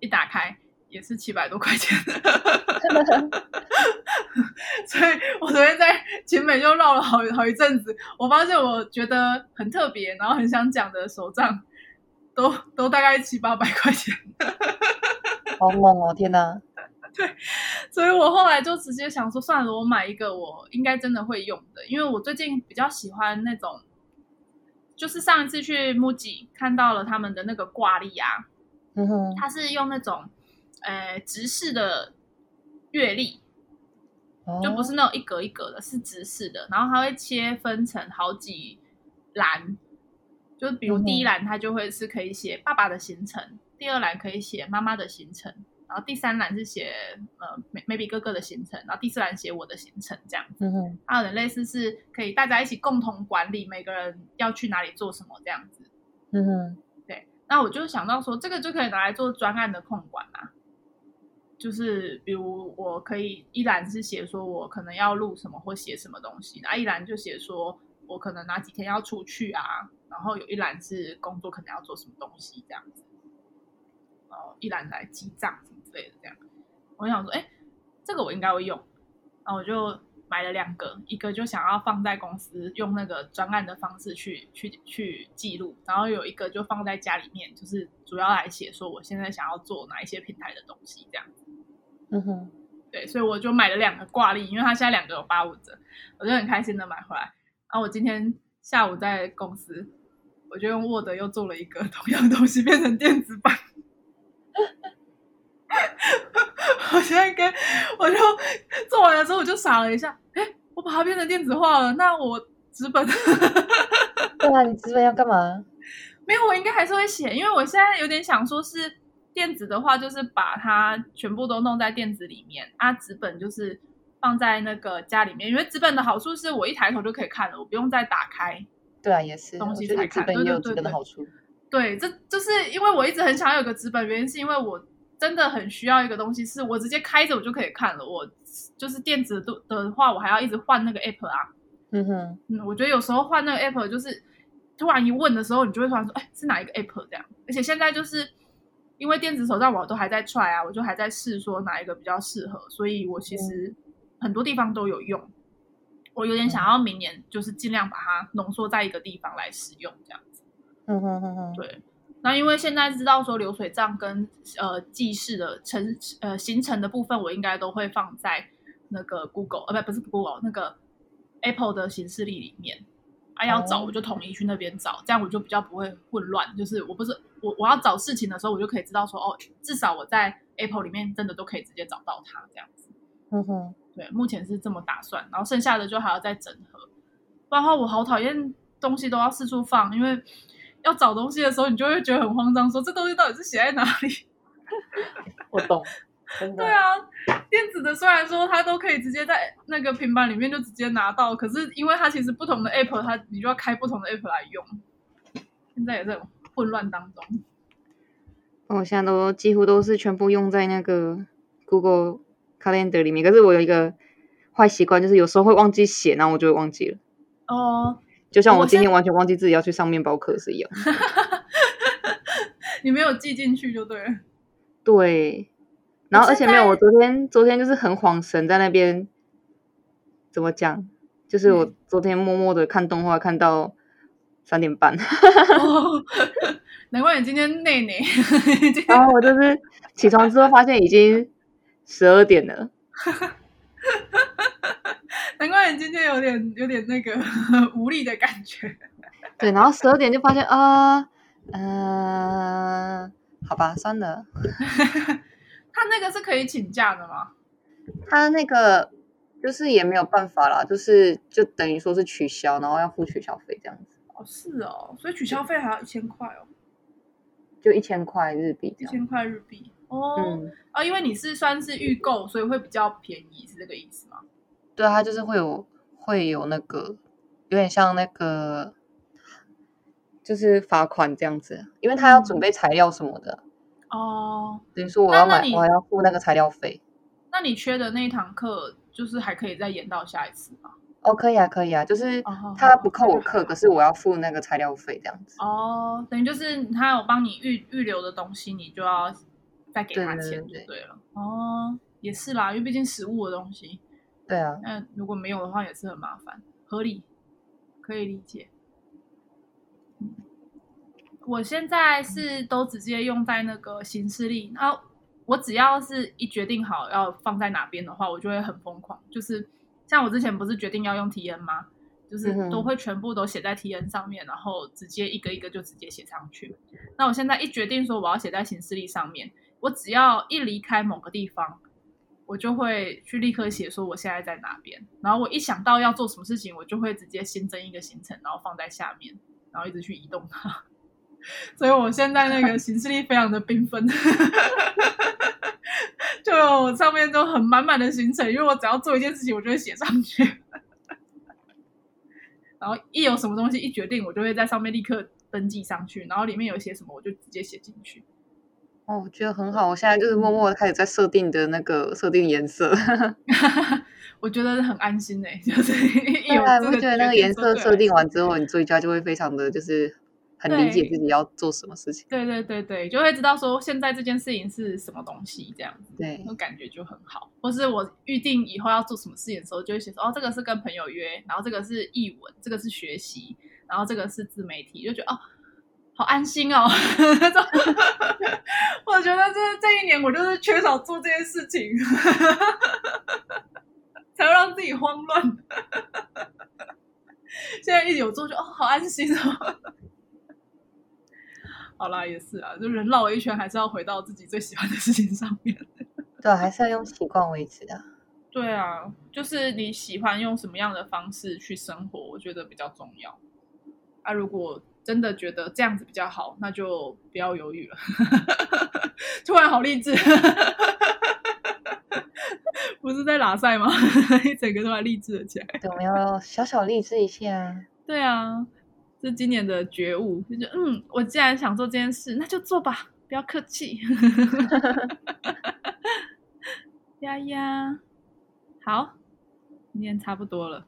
[SPEAKER 1] 一打开也是七百多块钱， [laughs] 所以我昨天在秦美就绕了好好一阵子，我发现我觉得很特别，然后很想讲的手账，都都大概七八百块钱。
[SPEAKER 3] 好猛哦，天哪，
[SPEAKER 1] 所以我后来就直接想说，算了，我买一个我应该真的会用的，因为我最近比较喜欢那种，就是上一次去木吉看到了他们的那个挂历啊，
[SPEAKER 3] 嗯哼，
[SPEAKER 1] 它是用那种呃直视的月历，
[SPEAKER 3] 哦
[SPEAKER 1] 就不是那种一格一格的，是直视的，然后它会切分成好几栏，就比如
[SPEAKER 3] 嗯哼
[SPEAKER 1] 第一栏它就会是可以写爸爸的行程，第二栏可以写妈妈的行程，然后第三栏是写呃 may- maybe 哥哥的行程，然后第四栏写我的行程这样。
[SPEAKER 3] 嗯哼，
[SPEAKER 1] 它有点类似是可以大家一起共同管理，每个人要去哪里做什么这样子。
[SPEAKER 3] 嗯哼，
[SPEAKER 1] 那我就想到说，这个就可以拿来做专案的控管啊。就是比如我可以一栏是写说我可能要录什么或写什么东西，那一栏就写说我可能哪几天要出去啊，然后有一栏是工作可能要做什么东西这样子，然后一栏来记账什么之类的这样。我想说，哎，这个我应该会用，然后我就买了两个，一个就想要放在公司用那个专案的方式去去去记录，然后有一个就放在家里面，就是主要来写说我现在想要做哪一些平台的东西这样。
[SPEAKER 3] 嗯哼，
[SPEAKER 1] 对，所以我就买了两个挂历，因为它现在两个有八五折，我就很开心的买回来。然后我今天下午在公司，我就用 Word 又做了一个 [laughs] 同样东西，变成电子版。 [laughs] 我现在跟我就做完了之后，我就傻了一下，哎，我把它变成电子化了，那我纸本 [laughs]
[SPEAKER 3] 对啊，你资本要干嘛？
[SPEAKER 1] 没有，我应该还是会写，因为我现在有点想说是电子的话，就是把它全部都弄在电子里面啊，纸本就是放在那个家里面，因为纸本的好处是我一抬头就可以看了，我不用再打开。
[SPEAKER 3] 对啊，也是，
[SPEAKER 1] 东
[SPEAKER 3] 我
[SPEAKER 1] 西
[SPEAKER 3] 觉
[SPEAKER 1] 才
[SPEAKER 3] 得资
[SPEAKER 1] 看
[SPEAKER 3] 本
[SPEAKER 1] 对
[SPEAKER 3] 也
[SPEAKER 1] 对
[SPEAKER 3] 有
[SPEAKER 1] 对
[SPEAKER 3] 资本的
[SPEAKER 1] 对
[SPEAKER 3] 好处，
[SPEAKER 1] 对，这就是因为我一直很想要有个纸本，原因是因为我真的很需要一个东西，是我直接开着我就可以看了。我就是电子的的话，我还要一直换那个 app 啊，
[SPEAKER 3] 嗯哼，
[SPEAKER 1] 嗯，我觉得有时候换那个 app 就是突然一问的时候，你就会突然说，哎，是哪一个 app 这样？而且现在就是因为电子手账我都还在 try 啊，我就还在试说哪一个比较适合，所以我其实很多地方都有用。我有点想要明年就是尽量把它浓缩在一个地方来使用这样子。
[SPEAKER 3] 嗯哼哼哼，
[SPEAKER 1] 对，那因为现在知道说流水账跟呃记事的成呃行程的部分，我应该都会放在那个 Google 呃不不是 Google 那个 Apple 的行事历里面。啊，要找
[SPEAKER 3] 哦
[SPEAKER 1] 我就统一去那边找，这样我就比较不会混乱。就是我不是我我要找事情的时候，我就可以知道说哦，至少我在 Apple 里面真的都可以直接找到它这样子。
[SPEAKER 3] 嗯哼，
[SPEAKER 1] 对，目前是这么打算，然后剩下的就还要再整合。不然的话，我好讨厌东西都要四处放，因为要找东西的时候，你就会觉得很慌张，说这东西到底是写在哪里？ [laughs]
[SPEAKER 3] 我懂，真的
[SPEAKER 1] 对，啊，电子的虽然说它都可以直接在那个平板里面就直接拿到，可是因为它其实不同的 app，它你就要开不同的 app 来用。现在也在混乱当中，
[SPEAKER 2] 我现在都几乎都是全部用在那个 Google Calendar 里面。可是我有一个坏习惯，就是有时候会忘记写，然后我就会忘记了。
[SPEAKER 1] 哦，
[SPEAKER 2] 就像
[SPEAKER 1] 我
[SPEAKER 2] 我今
[SPEAKER 1] 现
[SPEAKER 2] 天完全忘记自己要去上面包课是一样。
[SPEAKER 1] 你没有记进去就对了。
[SPEAKER 2] 对，然后而且没有，
[SPEAKER 1] 现在
[SPEAKER 2] 我昨天昨天就是很恍神在那边，怎么讲？就是我
[SPEAKER 1] 嗯
[SPEAKER 2] 昨天默默的看动画，看到三点半，
[SPEAKER 1] 哦， [laughs] 难怪你今天内内， [laughs] 今天
[SPEAKER 2] 然后哦我就是起床之后发现已经十二点了。
[SPEAKER 1] 难怪你今天有点有点那个 [laughs] 无力的感觉。
[SPEAKER 2] 对，然后十二点就发现啊，嗯、呃，好吧，算了。
[SPEAKER 1] 他那个是可以请假的吗？
[SPEAKER 2] 他那个就是也没有办法啦，就是就等于说是取消，然后要付取消费这样子，
[SPEAKER 1] 哦，是哦，所以取消费还要一千块哦，
[SPEAKER 2] 就一千块日币这
[SPEAKER 1] 一
[SPEAKER 2] 样。
[SPEAKER 1] 千块日币哦、
[SPEAKER 2] 嗯，
[SPEAKER 1] 啊，因为你是算是预购，所以会比较便宜，是这个意思吗？
[SPEAKER 2] 对啊，他就是会有会有那个有点像那个就是罚款这样子，因为他要准备材料什么的，
[SPEAKER 1] 哦，
[SPEAKER 2] 等于说我
[SPEAKER 1] 那
[SPEAKER 2] 要
[SPEAKER 1] 那
[SPEAKER 2] 买，
[SPEAKER 1] 你
[SPEAKER 2] 我还要付那个材料费。
[SPEAKER 1] 那你缺的那一堂课，就是还可以再延到下一次吗？
[SPEAKER 2] 哦，可以啊，可以啊，就是
[SPEAKER 1] 哦好
[SPEAKER 2] 他
[SPEAKER 1] 好
[SPEAKER 2] 不
[SPEAKER 1] 那
[SPEAKER 2] 扣
[SPEAKER 1] 就
[SPEAKER 2] 我
[SPEAKER 1] 还
[SPEAKER 2] 课，
[SPEAKER 1] 好
[SPEAKER 2] 可是我要付那个材料费这样子。
[SPEAKER 1] 哦，等于就是他有帮你预预留的东西，你就要再给他
[SPEAKER 2] 对对
[SPEAKER 1] 钱就
[SPEAKER 2] 对对
[SPEAKER 1] 对了。哦，也是啦，因为毕竟实物的东西。
[SPEAKER 2] 对啊，
[SPEAKER 1] 那如果没有的话，也是很麻烦，合理，可以理解。嗯我现在是都直接用在那个行事历，然后我只要是一决定好要放在哪边的话，我就会很疯狂。就是像我之前不是决定要用 T N 吗？就是
[SPEAKER 2] 嗯哼
[SPEAKER 1] 都会全部都写在 T N 上面，然后直接一个一个就直接写上去。那我现在一决定说我要写在行事历上面，我只要一离开某个地方，我就会去立刻写说我现在在哪边。然后我一想到要做什么事情，我就会直接新增一个行程，然后放在下面，然后一直去移动它。 [laughs] 所以我现在那个行事历非常的缤纷， [laughs] 就我上面都很满满的行程，因为我只要做一件事情，我就会写上去。 [laughs] 然后一有什么东西一决定，我就会在上面立刻登记上去，然后里面有写什么我就直接写进去。
[SPEAKER 2] 哦，我觉得很好，我现在就是默默地开始在设定的那个设定颜色。
[SPEAKER 1] 我觉得很安心哎、 [laughs] 就是一
[SPEAKER 2] 对
[SPEAKER 1] 有
[SPEAKER 2] 啊，
[SPEAKER 1] 这
[SPEAKER 2] 你
[SPEAKER 1] 个
[SPEAKER 2] 会觉得那
[SPEAKER 1] 决
[SPEAKER 2] 个
[SPEAKER 1] 定
[SPEAKER 2] 颜
[SPEAKER 1] 说
[SPEAKER 2] 色
[SPEAKER 1] 对
[SPEAKER 2] 设
[SPEAKER 1] 了
[SPEAKER 2] 定完之后，你追加就会非常的就是很理解
[SPEAKER 1] 对
[SPEAKER 2] 自己要做什么事情。
[SPEAKER 1] 对对对对，就会知道说现在这件事情是什么东西这样子，
[SPEAKER 2] 对
[SPEAKER 1] 那感觉就很好。或是我预定以后要做什么事情的时候，就会写说哦，这个是跟朋友约，然后这个是译文，这个是学习，然后这个是自媒体，就觉得哦，好安心哦。 [laughs] 我觉得这这一年我就是缺少做这件事情，才会让自己慌乱。现在一有做就哦，好安心哦。好啦，也是啊，就人绕了一圈，还是要回到自己最喜欢的事情上面。
[SPEAKER 2] 对啊，还是要用习惯维持的。
[SPEAKER 1] 对啊，就是你喜欢用什么样的方式去生活，我觉得比较重要。啊，如果真的觉得这样子比较好，那就不要犹豫了。 [laughs] 突然好励志， [laughs] 不是在拉赛吗？ [laughs] 一整个突然励志了起来。
[SPEAKER 2] 对，我们要小小励志一下。
[SPEAKER 1] 对啊，这今年的觉悟，就觉得嗯，我既然想做这件事，那就做吧，不要客气。呀呀，好，今天差不多了，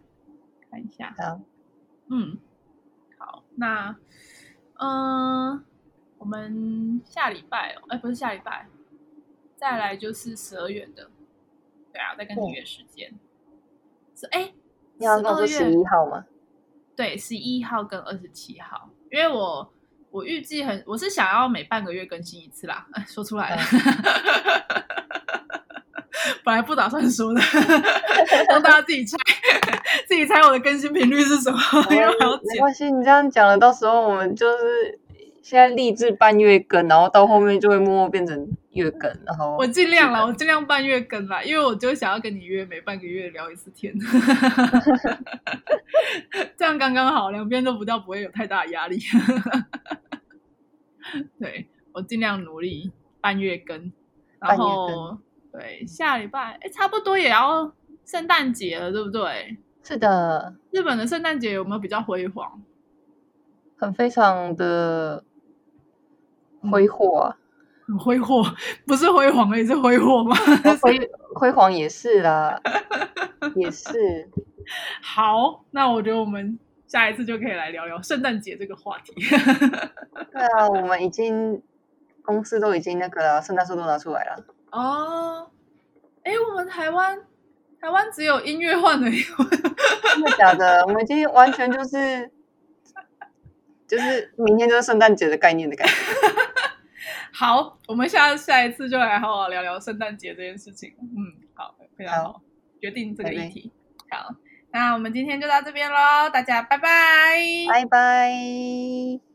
[SPEAKER 1] 看一下，
[SPEAKER 2] 好，
[SPEAKER 1] 嗯，好，那嗯、呃我们下礼拜哦，哎，不是下礼拜，再来就是十二月的，对啊，再跟你
[SPEAKER 4] 对
[SPEAKER 1] 约时间。是哎，
[SPEAKER 4] 嗯你要
[SPEAKER 1] 12
[SPEAKER 4] 跟我说
[SPEAKER 1] 月
[SPEAKER 4] 十一号
[SPEAKER 1] [laughs]
[SPEAKER 4] 吗？
[SPEAKER 1] 对，十一号跟二十七号，因为我我预计很，我是想要每半个月更新一次啦， [laughs] 哎说出来了， [laughs] 本来不打算说的， [laughs] 让大家自己猜， [laughs] 自己猜我的更新频率是什么， [laughs] 因为我要
[SPEAKER 3] 没
[SPEAKER 1] 剪，
[SPEAKER 3] 关系，你这样讲了，到时候我们就是现在立志半月更，然后到后面就会默默变成月更，然后
[SPEAKER 1] 我尽量啦，我尽量半月更啦，因为我就想要跟你约每半个月聊一次
[SPEAKER 3] [laughs]
[SPEAKER 1] 天，这样刚刚好，两边都不到，不会有太大的压力。对我尽量努力半月更，然
[SPEAKER 3] 半月
[SPEAKER 1] 后对下礼拜，哎，差不多也要圣诞节了，对不对？
[SPEAKER 3] 是的，
[SPEAKER 1] 日本的圣诞节有没有比较辉煌？
[SPEAKER 3] 很非常的挥霍啊，
[SPEAKER 1] 很挥霍，不是辉煌而已，是挥霍吗？ [laughs]
[SPEAKER 3] 辉辉煌也是啦，也是。
[SPEAKER 1] 好，那我觉得我们下一次就可以来聊聊圣诞节这个话题。
[SPEAKER 3] 对啊，我们已经公司都已经那个了，圣诞树都拿出来了。
[SPEAKER 1] 哦，哎，我们台湾台湾只有音乐换了， [laughs]
[SPEAKER 3] 真的假的？我们今天完全就是就是明天就是圣诞节的概念的感觉。
[SPEAKER 1] 好，我们下下一次就来好好聊聊圣诞节这件事情。嗯，好，非常好，决定这个
[SPEAKER 3] 拜
[SPEAKER 1] 议
[SPEAKER 3] 拜
[SPEAKER 1] 题。好，那我们今天就到这边喽，大家拜拜。
[SPEAKER 3] 拜拜。